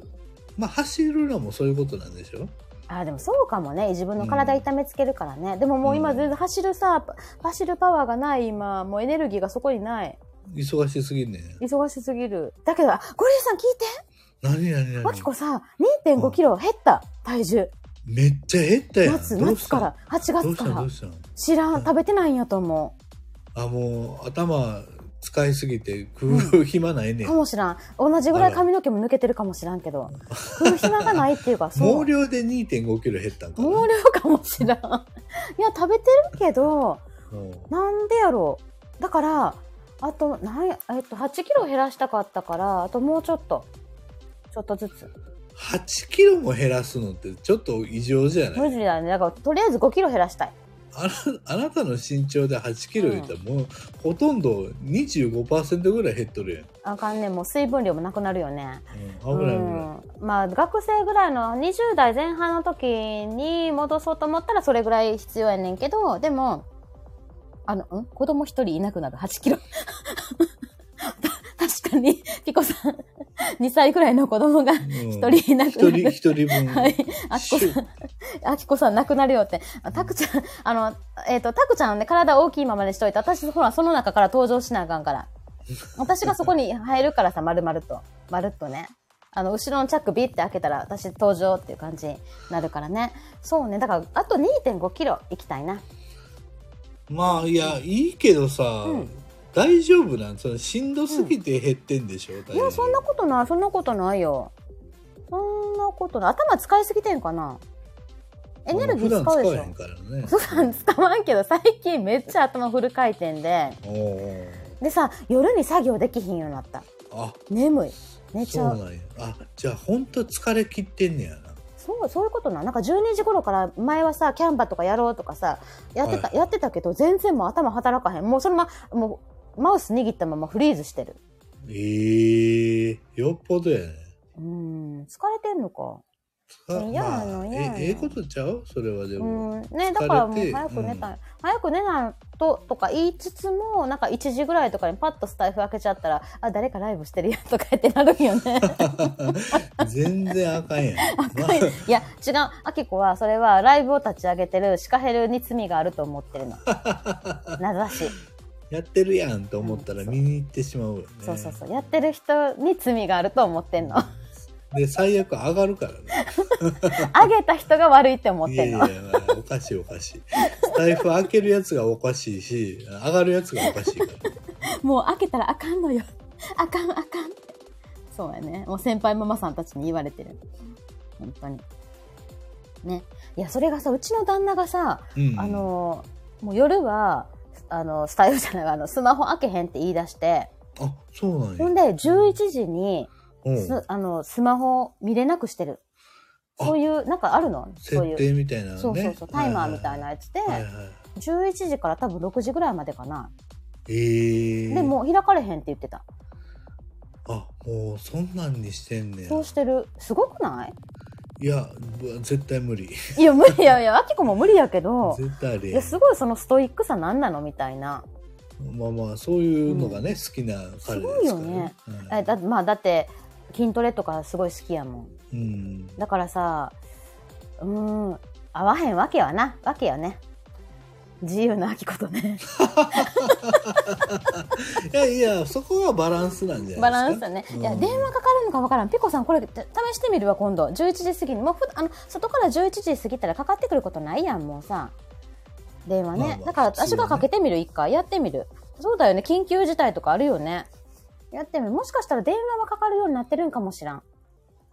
[SPEAKER 2] まあ走るのもそういうことなんでしょ
[SPEAKER 1] あーでもそうかもね自分の体痛めつけるからね、でももう今全然走るさパ走るパワーがない今もうエネルギーがそこにない
[SPEAKER 2] 忙しすぎんねん
[SPEAKER 1] 忙しすぎるだけどあゴリラさん聞いて
[SPEAKER 2] 何何何
[SPEAKER 1] マキコさ2 5キロ減った体重
[SPEAKER 2] めっちゃ減ったやん
[SPEAKER 1] 夏
[SPEAKER 2] どうし
[SPEAKER 1] 夏
[SPEAKER 2] た
[SPEAKER 1] から8
[SPEAKER 2] どう
[SPEAKER 1] 月
[SPEAKER 2] し
[SPEAKER 1] か
[SPEAKER 2] たど
[SPEAKER 1] ら
[SPEAKER 2] うした
[SPEAKER 1] 知らん食べてないんやと思
[SPEAKER 2] あもう頭使いすぎて工夫 暇ないね、
[SPEAKER 1] うんかもしらん同じぐらい髪の毛も抜けてるかもしらんけど食う暇がないって いうかそう
[SPEAKER 2] 毛量で2 5キロ減ったんかな
[SPEAKER 1] 毛量かもしらんいや食べてるけど
[SPEAKER 2] うん
[SPEAKER 1] なんでやろうだからあとなんや、えっと、8キロ減らしたかったからあともうちょっとちょっとずつ
[SPEAKER 2] 8キロも減らすのってちょっと異常じゃな
[SPEAKER 1] 無
[SPEAKER 2] い
[SPEAKER 1] 理だねだからとりあえず5キロ減らしたい
[SPEAKER 2] あなあなたの身長で8キロいったらもうほとんど25%ぐらい減っとる
[SPEAKER 1] あかんねもう水分量もなくなるよね
[SPEAKER 2] やん、うん、危ない危ない、
[SPEAKER 1] うん、まあ学生ぐらいの20代前半の時に戻そうと思ったらそれぐらい必要やねんけどでもあのん子供一人いなくなる8キロ 確かにピコさん2歳ぐらいの子供が一
[SPEAKER 2] 一
[SPEAKER 1] 人いなくな
[SPEAKER 2] 一
[SPEAKER 1] る、
[SPEAKER 2] 人一人分、
[SPEAKER 1] はい。あきこさん、あきこさん亡くなるよって。あたくちゃん、あの、えっ、と、たくちゃんね、体大きいままでしといて、私、ほら、その中から登場しなあかんから。私がそこに入るからさ、まるまると。まるっとね。あの、後ろのチャックビって開けたら、私登場っていう感じになるからね。そうね。だから、あと2.5キロ行きたいな。
[SPEAKER 2] まあいやいいけどさ、
[SPEAKER 1] うん
[SPEAKER 2] 大丈夫なんそのしんどすぎて減ってんでしょ、
[SPEAKER 1] いや、そんなことない、そんなことないよ。そんなことない。頭使いすぎてんかなエネルギー使うでしょ
[SPEAKER 2] 普段使わへんからね
[SPEAKER 1] 普段使わんけど最近めっちゃ頭フル回転で
[SPEAKER 2] おお
[SPEAKER 1] でさ夜に作業できひんようになった
[SPEAKER 2] あ
[SPEAKER 1] 眠い寝ち
[SPEAKER 2] そう
[SPEAKER 1] ゃ
[SPEAKER 2] なん
[SPEAKER 1] う
[SPEAKER 2] やあじゃあほんと疲れ切ってんねやな
[SPEAKER 1] そうそういうことななんか12時頃から前はさキャンバとかやろうとかさやってた、
[SPEAKER 2] はいはい
[SPEAKER 1] やってたけど全然もう頭働かへんもうそのまもうマウス握ったままフリーズしてる
[SPEAKER 2] ええよっぽどやね
[SPEAKER 1] うーん疲れてんのか
[SPEAKER 2] あ
[SPEAKER 1] 嫌
[SPEAKER 2] ま
[SPEAKER 1] な
[SPEAKER 2] あ
[SPEAKER 1] の嫌なの
[SPEAKER 2] えええことちゃうそれはでも、
[SPEAKER 1] うんね、だからも
[SPEAKER 2] 疲れ
[SPEAKER 1] う
[SPEAKER 2] て
[SPEAKER 1] 早く寝たい、
[SPEAKER 2] う
[SPEAKER 1] 早く寝ないととか言いつつもなんか1時ぐらいとかにパッとスタイフ開けちゃったらあ誰かライブしてるやんとか言ってなるんよね
[SPEAKER 2] 全然あかんや ん
[SPEAKER 1] いや違うあきこはそれはライブを立ち上げてるシカヘルに罪があると思ってる の名指し、
[SPEAKER 2] やってるやんと思ったら
[SPEAKER 1] うん
[SPEAKER 2] 見に行ってしまうよね
[SPEAKER 1] そうそうそうやってる人に罪があると思ってんの
[SPEAKER 2] で最悪上がるからね
[SPEAKER 1] 上げた人が悪いって思っ
[SPEAKER 2] い
[SPEAKER 1] て
[SPEAKER 2] や
[SPEAKER 1] ん
[SPEAKER 2] い
[SPEAKER 1] の
[SPEAKER 2] やおかしいおかしい財布開けるやつがおかしいし上がるやつがおかし いから
[SPEAKER 1] もう開けたらあかんのよ。あかんあかんって。そうやね。もう先輩ママさんたちに言われてる。本当に。ね。いや、それがさ、うちの旦那がさ、
[SPEAKER 2] うん
[SPEAKER 1] あのー、もう夜は、あの、スタイルじゃないわあの、スマホ開けへんって言い出して、
[SPEAKER 2] あそうなん
[SPEAKER 1] ほん
[SPEAKER 2] や
[SPEAKER 1] で、11時に、
[SPEAKER 2] うん
[SPEAKER 1] すあの、スマホ見れなくしてる。
[SPEAKER 2] あ
[SPEAKER 1] そういう、なんかあるのそういう
[SPEAKER 2] 設。定みたいなのね
[SPEAKER 1] そうそうそう、タイマーみたいな
[SPEAKER 2] は
[SPEAKER 1] やつで、
[SPEAKER 2] はいはい
[SPEAKER 1] 11時から多分6時ぐらいまでかな。
[SPEAKER 2] ええー、
[SPEAKER 1] で、もう開かれへんって言ってた。
[SPEAKER 2] あもうそんなんにしてんねや
[SPEAKER 1] そうしてる。すごくない
[SPEAKER 2] いやぶ絶対無理
[SPEAKER 1] いや、無理や、いや、あきこも無理やけど、
[SPEAKER 2] 絶対あり
[SPEAKER 1] い
[SPEAKER 2] えん
[SPEAKER 1] や、すごいそのストイックさなんなのみたいな。
[SPEAKER 2] まあまあそういうのがね、好きな彼ですか
[SPEAKER 1] す
[SPEAKER 2] ら
[SPEAKER 1] ごいよね
[SPEAKER 2] うん
[SPEAKER 1] えだまあ、だって、筋トレとかすごい好きやもん。
[SPEAKER 2] うん
[SPEAKER 1] だからさ、うーん、合わへんわけはな、わけよね。自由なあきことね。
[SPEAKER 2] いやいやそこがバランスなんじゃ
[SPEAKER 1] バ
[SPEAKER 2] な
[SPEAKER 1] ラ
[SPEAKER 2] い
[SPEAKER 1] ンス
[SPEAKER 2] ですか
[SPEAKER 1] だね。
[SPEAKER 2] うん
[SPEAKER 1] いや、電話かかるのかわからん。ピコさん、これ、た試してみるわ、今度。11時過ぎに。もうふ、あの、外から11時過ぎたらかかってくることないやん、もうさ。電話ね。
[SPEAKER 2] まあまあ
[SPEAKER 1] だから、
[SPEAKER 2] 普通はね
[SPEAKER 1] 私がかけてみる、一回。やってみる。そうだよね。緊急事態とかあるよね。やってみる。もしかしたら電話はかかるようになってるんかもしらん。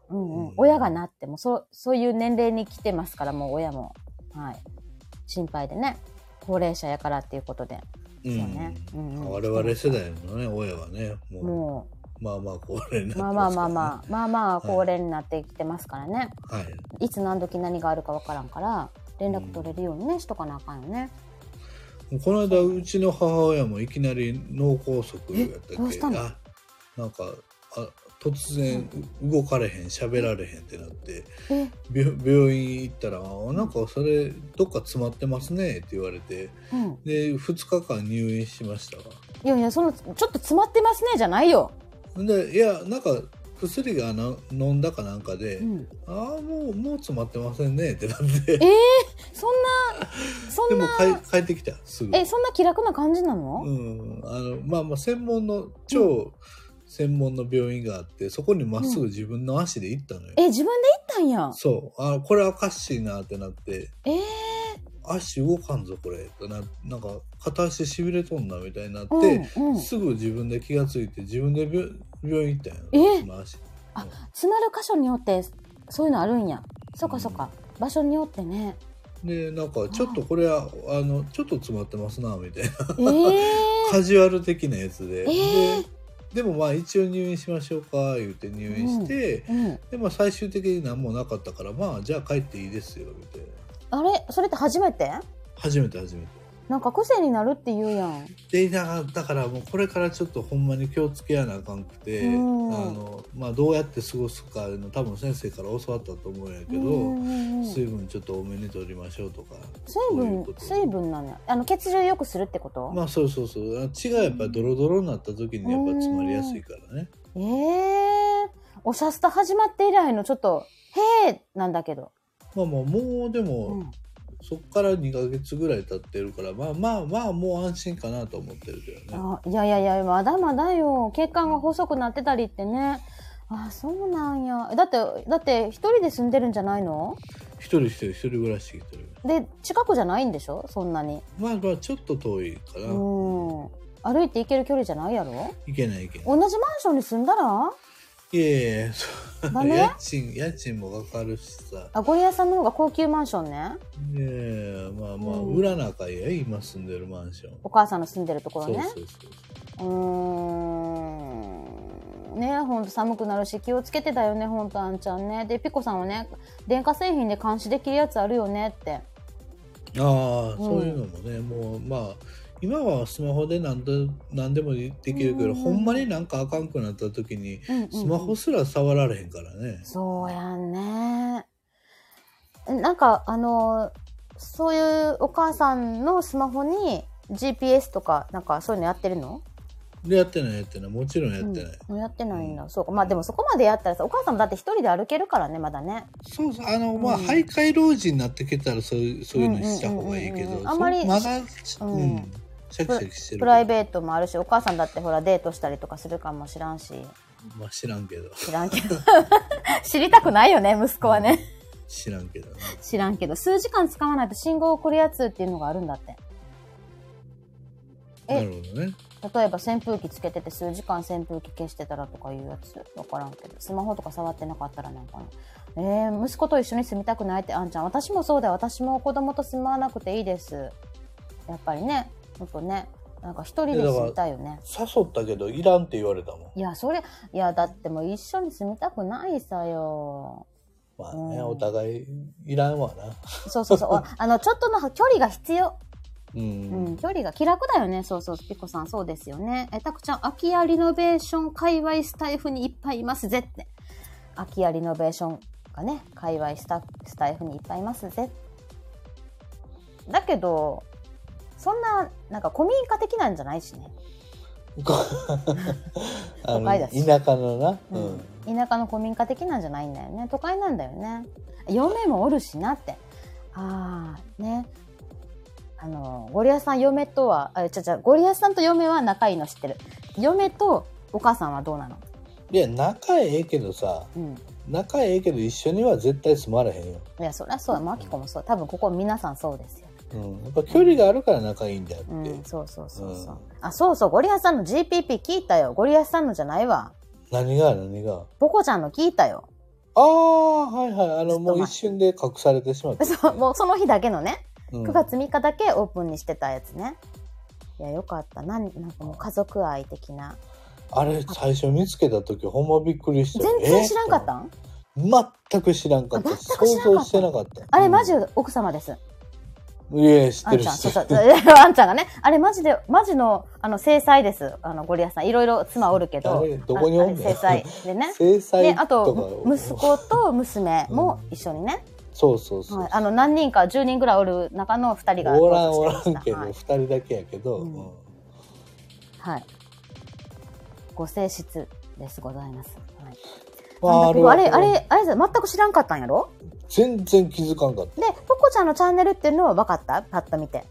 [SPEAKER 1] うんうん。
[SPEAKER 2] うん
[SPEAKER 1] 親がなっても、そう、そういう年齢に来てますから、もう親も。はい。心配でね。高齢者やからっていうことで。
[SPEAKER 2] うん
[SPEAKER 1] そうねうんうん
[SPEAKER 2] 我々世代のね親はねも
[SPEAKER 1] も
[SPEAKER 2] うまあまあ高齢になってま
[SPEAKER 1] う、
[SPEAKER 2] す
[SPEAKER 1] まあまあまあまあ、まあまあ、高齢になってきてますからね。
[SPEAKER 2] あはい
[SPEAKER 1] いつ何時何があるかわからんから連絡取れるようにね、しとかなあかんよね。
[SPEAKER 2] この間うちの母親もいきなり脳梗塞やったっけ
[SPEAKER 1] えどうしたの
[SPEAKER 2] あなんかあ突然動かれへん喋られへんってなって
[SPEAKER 1] え
[SPEAKER 2] 病病院行ったら「あなんかそれどっか詰まってますね」って言われて
[SPEAKER 1] うん。
[SPEAKER 2] で2日間入院しましたわ
[SPEAKER 1] いやいや、その、ちょっと詰まってますね、じゃないよ。
[SPEAKER 2] でいやなんか薬がな飲んだかなんかで「
[SPEAKER 1] うん。
[SPEAKER 2] ああもうもう詰まってませんね」ってなって
[SPEAKER 1] えそんな、そ
[SPEAKER 2] で
[SPEAKER 1] ん
[SPEAKER 2] も
[SPEAKER 1] な、
[SPEAKER 2] 帰帰ってきたすぐ
[SPEAKER 1] え、そんな気楽な感じなの、
[SPEAKER 2] うん、あのまあまあ専門の超専門の病院があってそこにまっすぐ自分の足で行ったのよ、
[SPEAKER 1] え、自分で行ったんや。
[SPEAKER 2] そうあこれおかしいなってなって
[SPEAKER 1] えー、
[SPEAKER 2] 足動かんぞこれってななんか片足しびれとんなみたいになって、
[SPEAKER 1] うん、うん。
[SPEAKER 2] すぐ自分で気がついて自分で病病院行ったんや
[SPEAKER 1] え
[SPEAKER 2] その足
[SPEAKER 1] 詰まる箇所によって、そういうのあるんや。そうかそうか。場所によって ね。
[SPEAKER 2] でなんかちょっとこれはあのちょっと詰まってますなみたいな
[SPEAKER 1] えー、
[SPEAKER 2] カジュアル的なやつで、
[SPEAKER 1] えー
[SPEAKER 2] ででもまあ一応入院しましょうか言って入院して、
[SPEAKER 1] うん。
[SPEAKER 2] でまあ最終的に何もなかったからまあじゃあ帰っていいですよみたいな
[SPEAKER 1] あれそれって初めて
[SPEAKER 2] 初めて初めて
[SPEAKER 1] なんか癖になるって言うやん。
[SPEAKER 2] でだからだからもうこれからちょっとほんまに気をつけやなあかんくてあ
[SPEAKER 1] うん
[SPEAKER 2] の、まあ、どうやって過ごすかいうの多分先生から教わったと思うんやけ
[SPEAKER 1] うん
[SPEAKER 2] ど
[SPEAKER 1] うんうん
[SPEAKER 2] 水分ちょっと多めに取りましょうとか
[SPEAKER 1] 水
[SPEAKER 2] そういう
[SPEAKER 1] 分
[SPEAKER 2] こと
[SPEAKER 1] 水分なのよあの血流良くするってこと、
[SPEAKER 2] まあそうそうそう血がやっぱドロドロになった時にやっぱ詰まりやすいからね
[SPEAKER 1] ええおしゃスタ始まって以来のちょっと「へえ」なんだけど、
[SPEAKER 2] まあまあもうで
[SPEAKER 1] う
[SPEAKER 2] も
[SPEAKER 1] ん、
[SPEAKER 2] そっから2ヶ月ぐらい経ってるからまあまあまあもう安心かなと思ってるけどね
[SPEAKER 1] あいやいやいやまだまだよ血管が細くなってたりってねあそうなんやだってだって一人で住んでるんじゃないの
[SPEAKER 2] 一人一人一人暮らし一人暮らし
[SPEAKER 1] で近くじゃないんでしょそんなに
[SPEAKER 2] まあまあちょっと遠いか
[SPEAKER 1] う
[SPEAKER 2] ら、
[SPEAKER 1] ん歩いて行ける距離じゃないやろ
[SPEAKER 2] いけないいけな
[SPEAKER 1] 同じマンションに住んだら
[SPEAKER 2] い。いやいやいや、そう
[SPEAKER 1] ダメ
[SPEAKER 2] 家賃、家賃もかかるしさ。
[SPEAKER 1] あゴリラさんの方が高級マンションね
[SPEAKER 2] いやいやまあまあ、
[SPEAKER 1] うん
[SPEAKER 2] 裏中や、今住んでるマンション。
[SPEAKER 1] お母さんの住んでるところ
[SPEAKER 2] そう
[SPEAKER 1] ね
[SPEAKER 2] そうそう。
[SPEAKER 1] うーんねほんと寒くなるし気をつけてだよねほんとあんちゃんねでピコさんはね電化製品で監視できるやつあるよねって
[SPEAKER 2] ああ、そういうのもね、もうまあ、今はスマホで何で何でもできるけど、
[SPEAKER 1] うん
[SPEAKER 2] ほんまになんかあかんくなった時に、
[SPEAKER 1] うんうん
[SPEAKER 2] スマホすら触られへんからね。
[SPEAKER 1] そうやんねなんか、あの、そういうお母さんのスマホに GPS とか、なんかそういうのやってるの
[SPEAKER 2] でやってないやってないもちろんやってない、
[SPEAKER 1] うん、やってないんだ。そうか。まあでもそこまでやったらさ、お母さんもだって一人で歩けるからね、まだね。
[SPEAKER 2] そうそうあのまあ、
[SPEAKER 1] うん
[SPEAKER 2] 徘徊老人になってきたらそういうそういうのした方がいいけ
[SPEAKER 1] うんうんうんうん
[SPEAKER 2] ど
[SPEAKER 1] あんまり
[SPEAKER 2] そうまだ、うん
[SPEAKER 1] うん
[SPEAKER 2] シャキシャキしてる
[SPEAKER 1] プライベートもあるし、お母さんだってほらデートしたりとかするかもしらんし、
[SPEAKER 2] まあ知らんけど
[SPEAKER 1] 知らんけど。 知りたくないよね、息子はね。
[SPEAKER 2] 知らんけどね
[SPEAKER 1] 知らんけど。数時間使わないと信号を送るやつっていうのがあるんだって。え
[SPEAKER 2] なるほどね
[SPEAKER 1] 例えば扇風機つけてて数時間扇風機消してたらとかいうやつ分からんけどスマホとか触ってなかったらなんかねえー、息子と一緒に住みたくないってあんちゃん私もそうだよ私も子供と住まわなくていいですやっぱりねほんとねなんか一人で住みたいよね
[SPEAKER 2] 誘ったけどいらんって言われたもん
[SPEAKER 1] いやそれいやだってもう一緒に住みたくないさよ
[SPEAKER 2] まあ
[SPEAKER 1] う
[SPEAKER 2] ね
[SPEAKER 1] ん
[SPEAKER 2] お互いいらんわな
[SPEAKER 1] そうそうそう あのちょっとの距離が必要
[SPEAKER 2] うん、
[SPEAKER 1] うん、距離が気楽だよね。そうそう、ピコさん、そうですよね。え、たくちゃん、空き家リノベーション界隈スタイフにいっぱいいますぜって。空き家リノベーションがね、界隈スタスタイフにいっぱいいますぜ。だけど、そんな、なんか古民家的なんじゃないしね。
[SPEAKER 2] こ あ
[SPEAKER 1] 都会だ
[SPEAKER 2] の
[SPEAKER 1] し
[SPEAKER 2] 田舎のな、う
[SPEAKER 1] うんん。田舎の古民家的なんじゃないんだよね。都会なんだよね。嫁もおるしなって。ああ、ね。あの、ゴリアスさん嫁とは、あ、ちゃちゃ、ゴリアスさんと嫁は仲いいの知ってる。嫁とお母さんはどうなの
[SPEAKER 2] いや仲ええけどさ
[SPEAKER 1] うん。
[SPEAKER 2] 仲ええけど一緒には絶対住まれへんよ、
[SPEAKER 1] いや、そりゃそうだ。マキコもそう。多分ここ皆さんそうですよ。
[SPEAKER 2] うん、やっぱ距離があるから仲いいんだよって、
[SPEAKER 1] うん、そうそうそうそう。
[SPEAKER 2] うん
[SPEAKER 1] あ、そうそう、ゴリアスさんの GPP 聞いたよ。ゴリアスさんのじゃないわ。
[SPEAKER 2] 何が何が
[SPEAKER 1] ポコちゃんの聞いたよ。
[SPEAKER 2] ああはいはい
[SPEAKER 1] ちょ
[SPEAKER 2] あ
[SPEAKER 1] っと
[SPEAKER 2] のもう
[SPEAKER 1] 前
[SPEAKER 2] 一瞬で隠されてしまった、
[SPEAKER 1] そう、もうその日だけのね。
[SPEAKER 2] うん
[SPEAKER 1] 9月3日だけオープンにしてたやつね。いや、よかった。なんなんかもう家族愛的な。
[SPEAKER 2] あれ最初見つけた時ほんまびっくりした
[SPEAKER 1] 全然知らんかった
[SPEAKER 2] え
[SPEAKER 1] ん、
[SPEAKER 2] ー全く知らんかった
[SPEAKER 1] あ全く知らんかっ
[SPEAKER 2] 想
[SPEAKER 1] た
[SPEAKER 2] 像してなかった
[SPEAKER 1] あれマジ
[SPEAKER 2] うん
[SPEAKER 1] で奥様です。
[SPEAKER 2] いやいや知っ
[SPEAKER 1] あ
[SPEAKER 2] て
[SPEAKER 1] ん
[SPEAKER 2] る
[SPEAKER 1] ちゃん、
[SPEAKER 2] 知
[SPEAKER 1] そ
[SPEAKER 2] っ
[SPEAKER 1] う
[SPEAKER 2] て
[SPEAKER 1] そう
[SPEAKER 2] る、
[SPEAKER 1] あんちゃんがね、あれマジで、マジの、あの、制裁です。あの、ゴリアスさん。いろいろ妻おるけど
[SPEAKER 2] あれ。どこにおんねん。
[SPEAKER 1] ああれ制裁でね
[SPEAKER 2] 制裁
[SPEAKER 1] で、あ
[SPEAKER 2] とか
[SPEAKER 1] と、む息子と娘も一緒にね。
[SPEAKER 2] そうそうそう、
[SPEAKER 1] はい、あの、何人か、10人ぐらいおる中の2人が
[SPEAKER 2] おらんお
[SPEAKER 1] 登
[SPEAKER 2] ら
[SPEAKER 1] 場してました。
[SPEAKER 2] んけど、
[SPEAKER 1] は
[SPEAKER 2] 二
[SPEAKER 1] い
[SPEAKER 2] 人だけやけど、
[SPEAKER 1] うん
[SPEAKER 2] うん
[SPEAKER 1] はい。ご性質です、ございます。はい。
[SPEAKER 2] ま
[SPEAKER 1] あ、
[SPEAKER 2] あ、
[SPEAKER 1] あ
[SPEAKER 2] あ
[SPEAKER 1] れ
[SPEAKER 2] れは
[SPEAKER 1] あれ、あれさ、全く知らんかったんやろ
[SPEAKER 2] 全然気づかんかった
[SPEAKER 1] で、ポコちゃんのチャンネルっていうのは分かったパッと見て。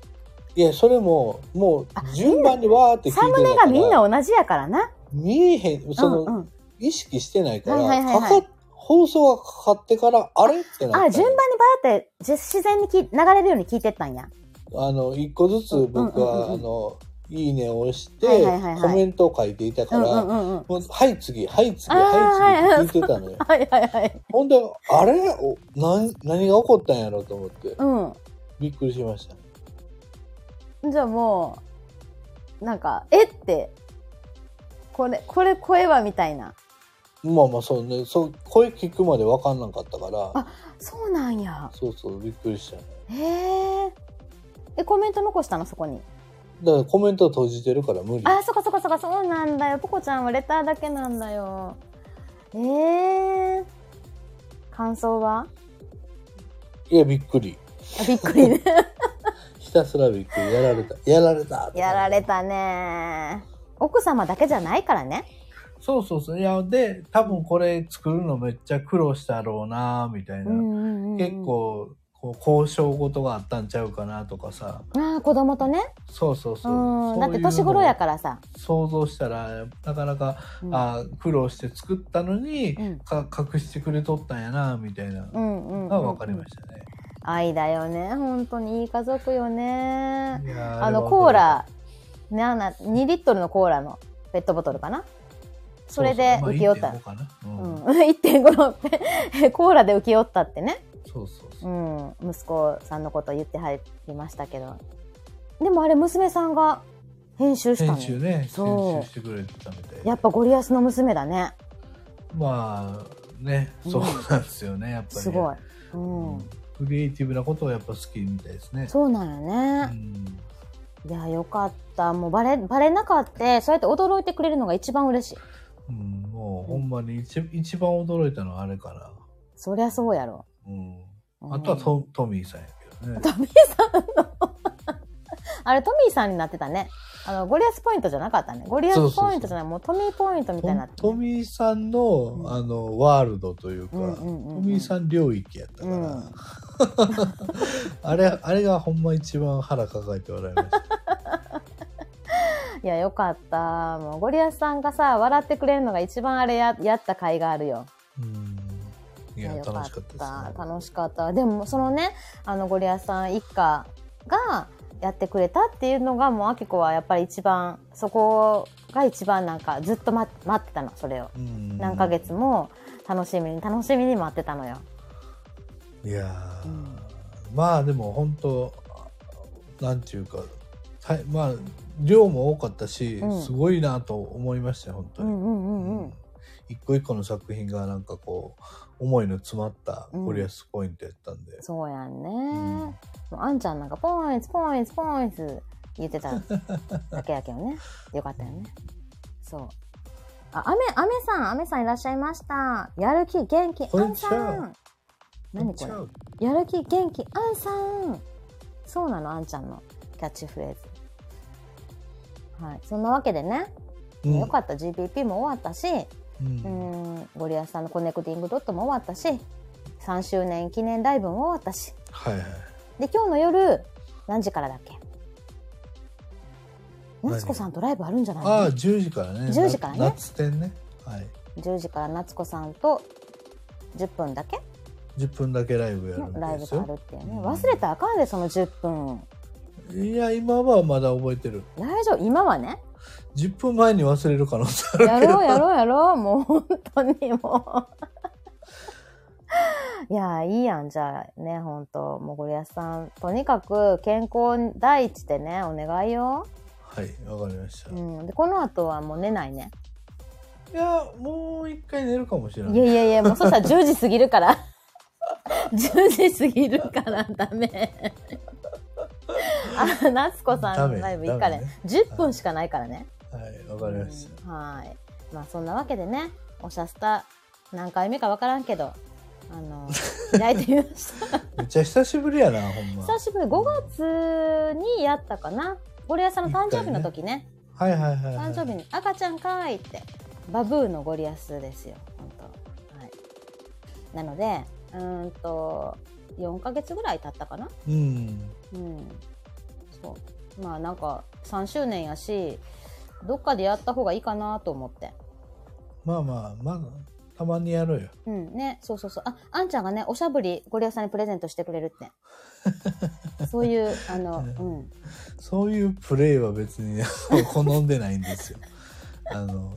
[SPEAKER 2] いやそれもも
[SPEAKER 1] あ
[SPEAKER 2] う順番にわーって聞いて
[SPEAKER 1] サムネ
[SPEAKER 2] た
[SPEAKER 1] が
[SPEAKER 2] から
[SPEAKER 1] みんな同じやからな。
[SPEAKER 2] 見えへんその、
[SPEAKER 1] うんうん。
[SPEAKER 2] 意識してないから、
[SPEAKER 1] はいはいはいはい
[SPEAKER 2] かか放送がかかってからあれってなった
[SPEAKER 1] あ、順番にバーってじ自然にき流れるように聞いてったんや。
[SPEAKER 2] あの一個ずつ僕は、
[SPEAKER 1] うんうんうんうん
[SPEAKER 2] あのいいねを押して、
[SPEAKER 1] はいはいはいはい
[SPEAKER 2] コメントを書いていた
[SPEAKER 1] う
[SPEAKER 2] か
[SPEAKER 1] ん
[SPEAKER 2] ら、
[SPEAKER 1] うんうん うん。
[SPEAKER 2] もうはい次はい
[SPEAKER 1] あ
[SPEAKER 2] 次
[SPEAKER 1] ー
[SPEAKER 2] は
[SPEAKER 1] はい
[SPEAKER 2] い次って聞いてた のよ、
[SPEAKER 1] はいはいはい。
[SPEAKER 2] ほんであれおなん何が起こったんやろうと思って
[SPEAKER 1] う
[SPEAKER 2] びっくりしました
[SPEAKER 1] ん。じゃあもう、なんか、えって、これ、これ声はみたいな。
[SPEAKER 2] まあまあそうねそう声聞くまで分かんなかったから
[SPEAKER 1] あそうなんや。
[SPEAKER 2] そうそうびっくりしたね
[SPEAKER 1] へえ。え、コメント残したのそこに。
[SPEAKER 2] だからコメント閉じてるから無理
[SPEAKER 1] あ、そっかそっかそっか、そうなんだよ。ポコちゃんはレターだけなんだよ。ええー。感想 はい
[SPEAKER 2] やびっくり
[SPEAKER 1] あびっくりね。
[SPEAKER 2] ひたすらびっくりやられたやられたって
[SPEAKER 1] やられたね。奥様だけじゃないからね。
[SPEAKER 2] そうそうそういやで多分これ作るのめっちゃ苦労したろうなみたいな、結。構こう交渉事があったんちゃうかなとかさ
[SPEAKER 1] ああ、子供とね。
[SPEAKER 2] そうそうそう
[SPEAKER 1] うん。だって年頃
[SPEAKER 2] 頃
[SPEAKER 1] やからさ。
[SPEAKER 2] 想像したらなかなか、
[SPEAKER 1] うん
[SPEAKER 2] あー苦労して作ったのに、
[SPEAKER 1] うん
[SPEAKER 2] か隠してくれとったんやなみたいな
[SPEAKER 1] う
[SPEAKER 2] の
[SPEAKER 1] んうん、うん。
[SPEAKER 2] が分かりましたね。
[SPEAKER 1] た。愛だよね。本当にいい家族よね。
[SPEAKER 2] いやー
[SPEAKER 1] あの、コーラ、なな、2リットルのコーラのペットボトルかな。それで
[SPEAKER 2] そうそう
[SPEAKER 1] 浮き寄った。
[SPEAKER 2] まあ1.5かな
[SPEAKER 1] う
[SPEAKER 2] うん
[SPEAKER 1] ん、1.5の ペコーラで浮き寄ったってね、
[SPEAKER 2] そうそうそうう、
[SPEAKER 1] ん、息子さんのこと言ってはりましたけどでもあれ娘さんが編集したの
[SPEAKER 2] 先週ね
[SPEAKER 1] そう
[SPEAKER 2] 先週してくれてたみたいで
[SPEAKER 1] やっぱゴリアスの娘だね
[SPEAKER 2] まあね
[SPEAKER 1] うん
[SPEAKER 2] そうなんですよね、やっぱり
[SPEAKER 1] すごい、う
[SPEAKER 2] うんんクリエイティブなことをやっぱ好きみたいですね
[SPEAKER 1] そうなんよ
[SPEAKER 2] う
[SPEAKER 1] ね、
[SPEAKER 2] ん
[SPEAKER 1] いやよかったもうバレバレなかったそうやって驚いてくれるのが一番嬉しい
[SPEAKER 2] うんもうほんまに一一番驚いたのはあれかな
[SPEAKER 1] そりゃそうやろ
[SPEAKER 2] うん
[SPEAKER 1] うん
[SPEAKER 2] あとはトトミーさんやけどね。
[SPEAKER 1] トミーさんの あれトミーさんになってたねあのゴリアスポイントじゃなかったねゴリアスポイントじゃないもうトミーポイントみたいになって
[SPEAKER 2] トトミーさんの、
[SPEAKER 1] ん
[SPEAKER 2] あのワールドというか、
[SPEAKER 1] うんうんうんうん
[SPEAKER 2] トミーさん領域やったから、
[SPEAKER 1] うん
[SPEAKER 2] あれあれがほんま一番腹抱えて笑いました。
[SPEAKER 1] いやよかったもうゴリアスさんがさ笑ってくれるのが一番あれややった甲斐があるよ
[SPEAKER 2] うんいや
[SPEAKER 1] よ
[SPEAKER 2] 楽しかったです、ね。
[SPEAKER 1] 楽しかったでもそのねあのゴリアスさん一家がやってくれたっていうのがもうあきこはやっぱり一番そこが一番なんかずっと待待ってたのそれを
[SPEAKER 2] うん
[SPEAKER 1] 何ヶ月も楽しみに楽しみに待ってたのよ
[SPEAKER 2] いやー、
[SPEAKER 1] うん
[SPEAKER 2] まあでも本当なんていうかはいまあ量も多かったし、
[SPEAKER 1] うん
[SPEAKER 2] すごいなと思いましたよ本当
[SPEAKER 1] うん
[SPEAKER 2] に、
[SPEAKER 1] うんうんう
[SPEAKER 2] うん
[SPEAKER 1] ん
[SPEAKER 2] 一個一個の作品がなんかこう思いの詰まったゴリアスポイントやったんで、
[SPEAKER 1] そうやんね、
[SPEAKER 2] ん
[SPEAKER 1] もうあんちゃんなんかポインツポインツポインツ言って ただけやけどねよかったよねそうあ雨雨さん雨さんいらっしゃいましたやる気元気
[SPEAKER 2] こん
[SPEAKER 1] あ
[SPEAKER 2] に
[SPEAKER 1] ん
[SPEAKER 2] ち
[SPEAKER 1] さ
[SPEAKER 2] は
[SPEAKER 1] ん何こ
[SPEAKER 2] ちゃう
[SPEAKER 1] れやる気元気あんさんそうなのあんちゃんのキャッチフレーズはいそんなわけでね、
[SPEAKER 2] うん
[SPEAKER 1] よかった GPP も終わったし
[SPEAKER 2] うん
[SPEAKER 1] うーんゴリアスさんのコネクティングドットも終わったし3周年記念ライブも終わったし
[SPEAKER 2] はいはい
[SPEAKER 1] で今日の夜何時からだっけ
[SPEAKER 2] 何
[SPEAKER 1] 夏子さんとライブあるんじゃない
[SPEAKER 2] ああ
[SPEAKER 1] の
[SPEAKER 2] 10時からね
[SPEAKER 1] 10時からね
[SPEAKER 2] な夏展ねはい
[SPEAKER 1] ?10 時から夏子さんと10分だけ
[SPEAKER 2] 10分だけライブやる
[SPEAKER 1] の
[SPEAKER 2] ん
[SPEAKER 1] ライ
[SPEAKER 2] で
[SPEAKER 1] ブ
[SPEAKER 2] す
[SPEAKER 1] があ
[SPEAKER 2] よ
[SPEAKER 1] るっていうね
[SPEAKER 2] うん
[SPEAKER 1] 忘れたらあかんでその10分
[SPEAKER 2] いや今はまだ覚えてる
[SPEAKER 1] 大丈夫今はね
[SPEAKER 2] 10分前に忘れる可能性あ
[SPEAKER 1] や
[SPEAKER 2] る
[SPEAKER 1] ろうやろうやろうもう本当にも ういやいいやんじゃあね本当もうゴリアスさんとにかく健康第一でねお願いよ、
[SPEAKER 2] はいわかりました、
[SPEAKER 1] う
[SPEAKER 2] い
[SPEAKER 1] ん、でこの後はもう寝ないね
[SPEAKER 2] やもう一回寝るかもしれない
[SPEAKER 1] いやいやいや、もうそしたら10時過ぎる から。10時過ぎるからダ メ。あ、夏子さ
[SPEAKER 2] ダ
[SPEAKER 1] ん
[SPEAKER 2] メ
[SPEAKER 1] のライブいいから
[SPEAKER 2] ダメね
[SPEAKER 1] ね。10分しかないからね。
[SPEAKER 2] はいわかりました、
[SPEAKER 1] うんはい。まあそんなわけでね、おしゃスタ何回目かわからんけど、あ の、開いてみました。
[SPEAKER 2] めっちゃ久しぶりやなほんま
[SPEAKER 1] 久しぶり、5月にやったかな。ゴリアスさんの誕生日の時ね。
[SPEAKER 2] はいはいはい、はい、
[SPEAKER 1] 誕生日に赤ちゃんかーいってバブーのゴリアスですよ本当はいなのでうーんと4ヶ月ぐらい経ったかな
[SPEAKER 2] うん
[SPEAKER 1] うんそうまあなんか3周年やしどっかでやった方がいいかなと思って
[SPEAKER 2] まあまあまあたまにやろうよ
[SPEAKER 1] うんねそうそうそうああんちゃんがねおしゃぶりゴリアスさんにプレゼントしてくれるってそういうあのうん
[SPEAKER 2] そういうプレイは別に 好んでないんですよあの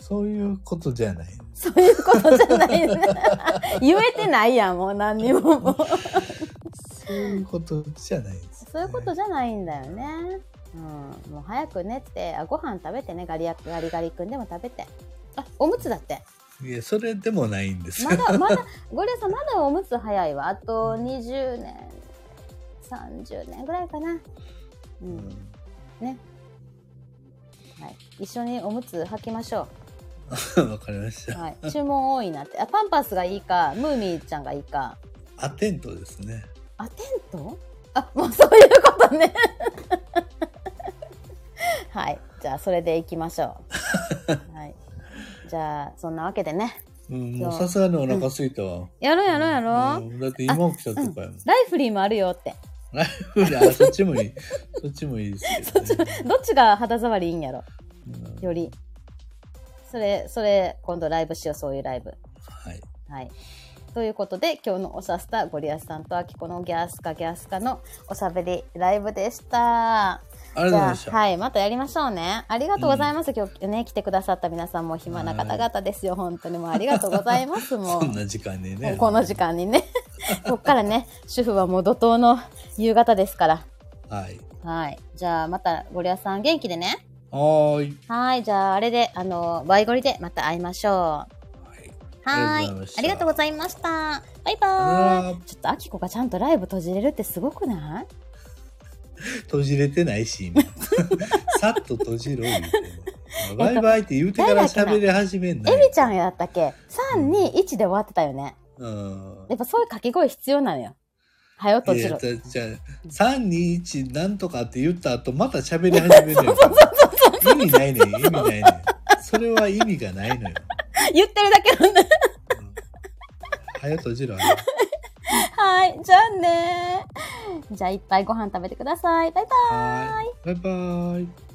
[SPEAKER 2] そういうことじゃない
[SPEAKER 1] そういうことじゃないね言えてないやんもう何にももう
[SPEAKER 2] そういうことじゃないです、
[SPEAKER 1] そういうことじゃないんだよね。うん、もう早く寝て、あご飯食べてね、ガリアガリガリ君でも食べて。あ、おむつだって。
[SPEAKER 2] いやそれでもないんですよ
[SPEAKER 1] まだ、まだ、ゴリラさん、まだおむつ早いわ。あと20年、30年ぐらいかな。う
[SPEAKER 2] うん
[SPEAKER 1] ん、ね。はい、一緒におむつ履きましょ
[SPEAKER 2] わかりまし
[SPEAKER 1] う。
[SPEAKER 2] た
[SPEAKER 1] はい、注文多いなって。あ、パンパスがいいか、ムーミーちゃんがいいか。
[SPEAKER 2] アテントですね
[SPEAKER 1] あ、テントあ、 もうそういうことね。 はい。じゃあ、それでいきましょ う。はい。じゃあ、そんなわけでね。
[SPEAKER 2] うんもうさすがにお腹空いたわ、
[SPEAKER 1] やろうやろうや
[SPEAKER 2] う
[SPEAKER 1] ろう。
[SPEAKER 2] んだって今起きたとかやもん
[SPEAKER 1] ライフリーもあるよって。
[SPEAKER 2] ライブであそっちも いいそっちもいいですけど、ね
[SPEAKER 1] どっちが肌触りいいんやろ
[SPEAKER 2] うん
[SPEAKER 1] より。それ、それ、今度ライブしよう、そういうライブ。
[SPEAKER 2] はい
[SPEAKER 1] はい。ということで、今日のおさスタ、ゴリアスさんとアキコのギャスカギャスカのおしゃべりライブでした。
[SPEAKER 2] ありがとうございまし
[SPEAKER 1] じ
[SPEAKER 2] た
[SPEAKER 1] ゃあはい、またやりましょうね。ありがとうございます。今日ね、来てくださった皆さんも暇な方々ですよ。本当にもうありがとうござい ます。も
[SPEAKER 2] こん
[SPEAKER 1] う。
[SPEAKER 2] な時間に
[SPEAKER 1] も
[SPEAKER 2] ね
[SPEAKER 1] うこの時間に ね。こっからね、主婦はもう怒涛の夕方ですから。
[SPEAKER 2] はい
[SPEAKER 1] はい。じゃあ、また、ゴリアスさん元気でね。
[SPEAKER 2] はーい
[SPEAKER 1] はい。じゃあ、あれで、あの、ワイゴリでまた会いましょう。
[SPEAKER 2] はい
[SPEAKER 1] はい。
[SPEAKER 2] あ
[SPEAKER 1] あり
[SPEAKER 2] りが
[SPEAKER 1] が
[SPEAKER 2] と
[SPEAKER 1] と
[SPEAKER 2] う
[SPEAKER 1] う
[SPEAKER 2] ご
[SPEAKER 1] ございました。バイバ
[SPEAKER 2] さよな
[SPEAKER 1] ー
[SPEAKER 2] ら
[SPEAKER 1] イ。ちょっと、アキコがちゃんとライブ閉じれるってすごくない
[SPEAKER 2] 閉じれてないし 今さっと閉じろ言うてバイバイって言うてから喋り始めんな
[SPEAKER 1] エ
[SPEAKER 2] い
[SPEAKER 1] ミちゃんやったっけ ?3、2、1で終わってたよね。
[SPEAKER 2] うん
[SPEAKER 1] やっぱそういう掛け声必要なのよ。はよ閉
[SPEAKER 2] い
[SPEAKER 1] じ
[SPEAKER 2] や
[SPEAKER 1] ろ。
[SPEAKER 2] じゃじゃ三二一なんとかって言った後また喋り始めるよ。意味ないねん意味ないねん。それは意味がないのよ。
[SPEAKER 1] 言ってるだけなんだ。
[SPEAKER 2] はよ閉じろ。
[SPEAKER 1] はい。じゃあねじゃあいっぱいご飯食べてください。バイバイ。
[SPEAKER 2] はい。バイバイ。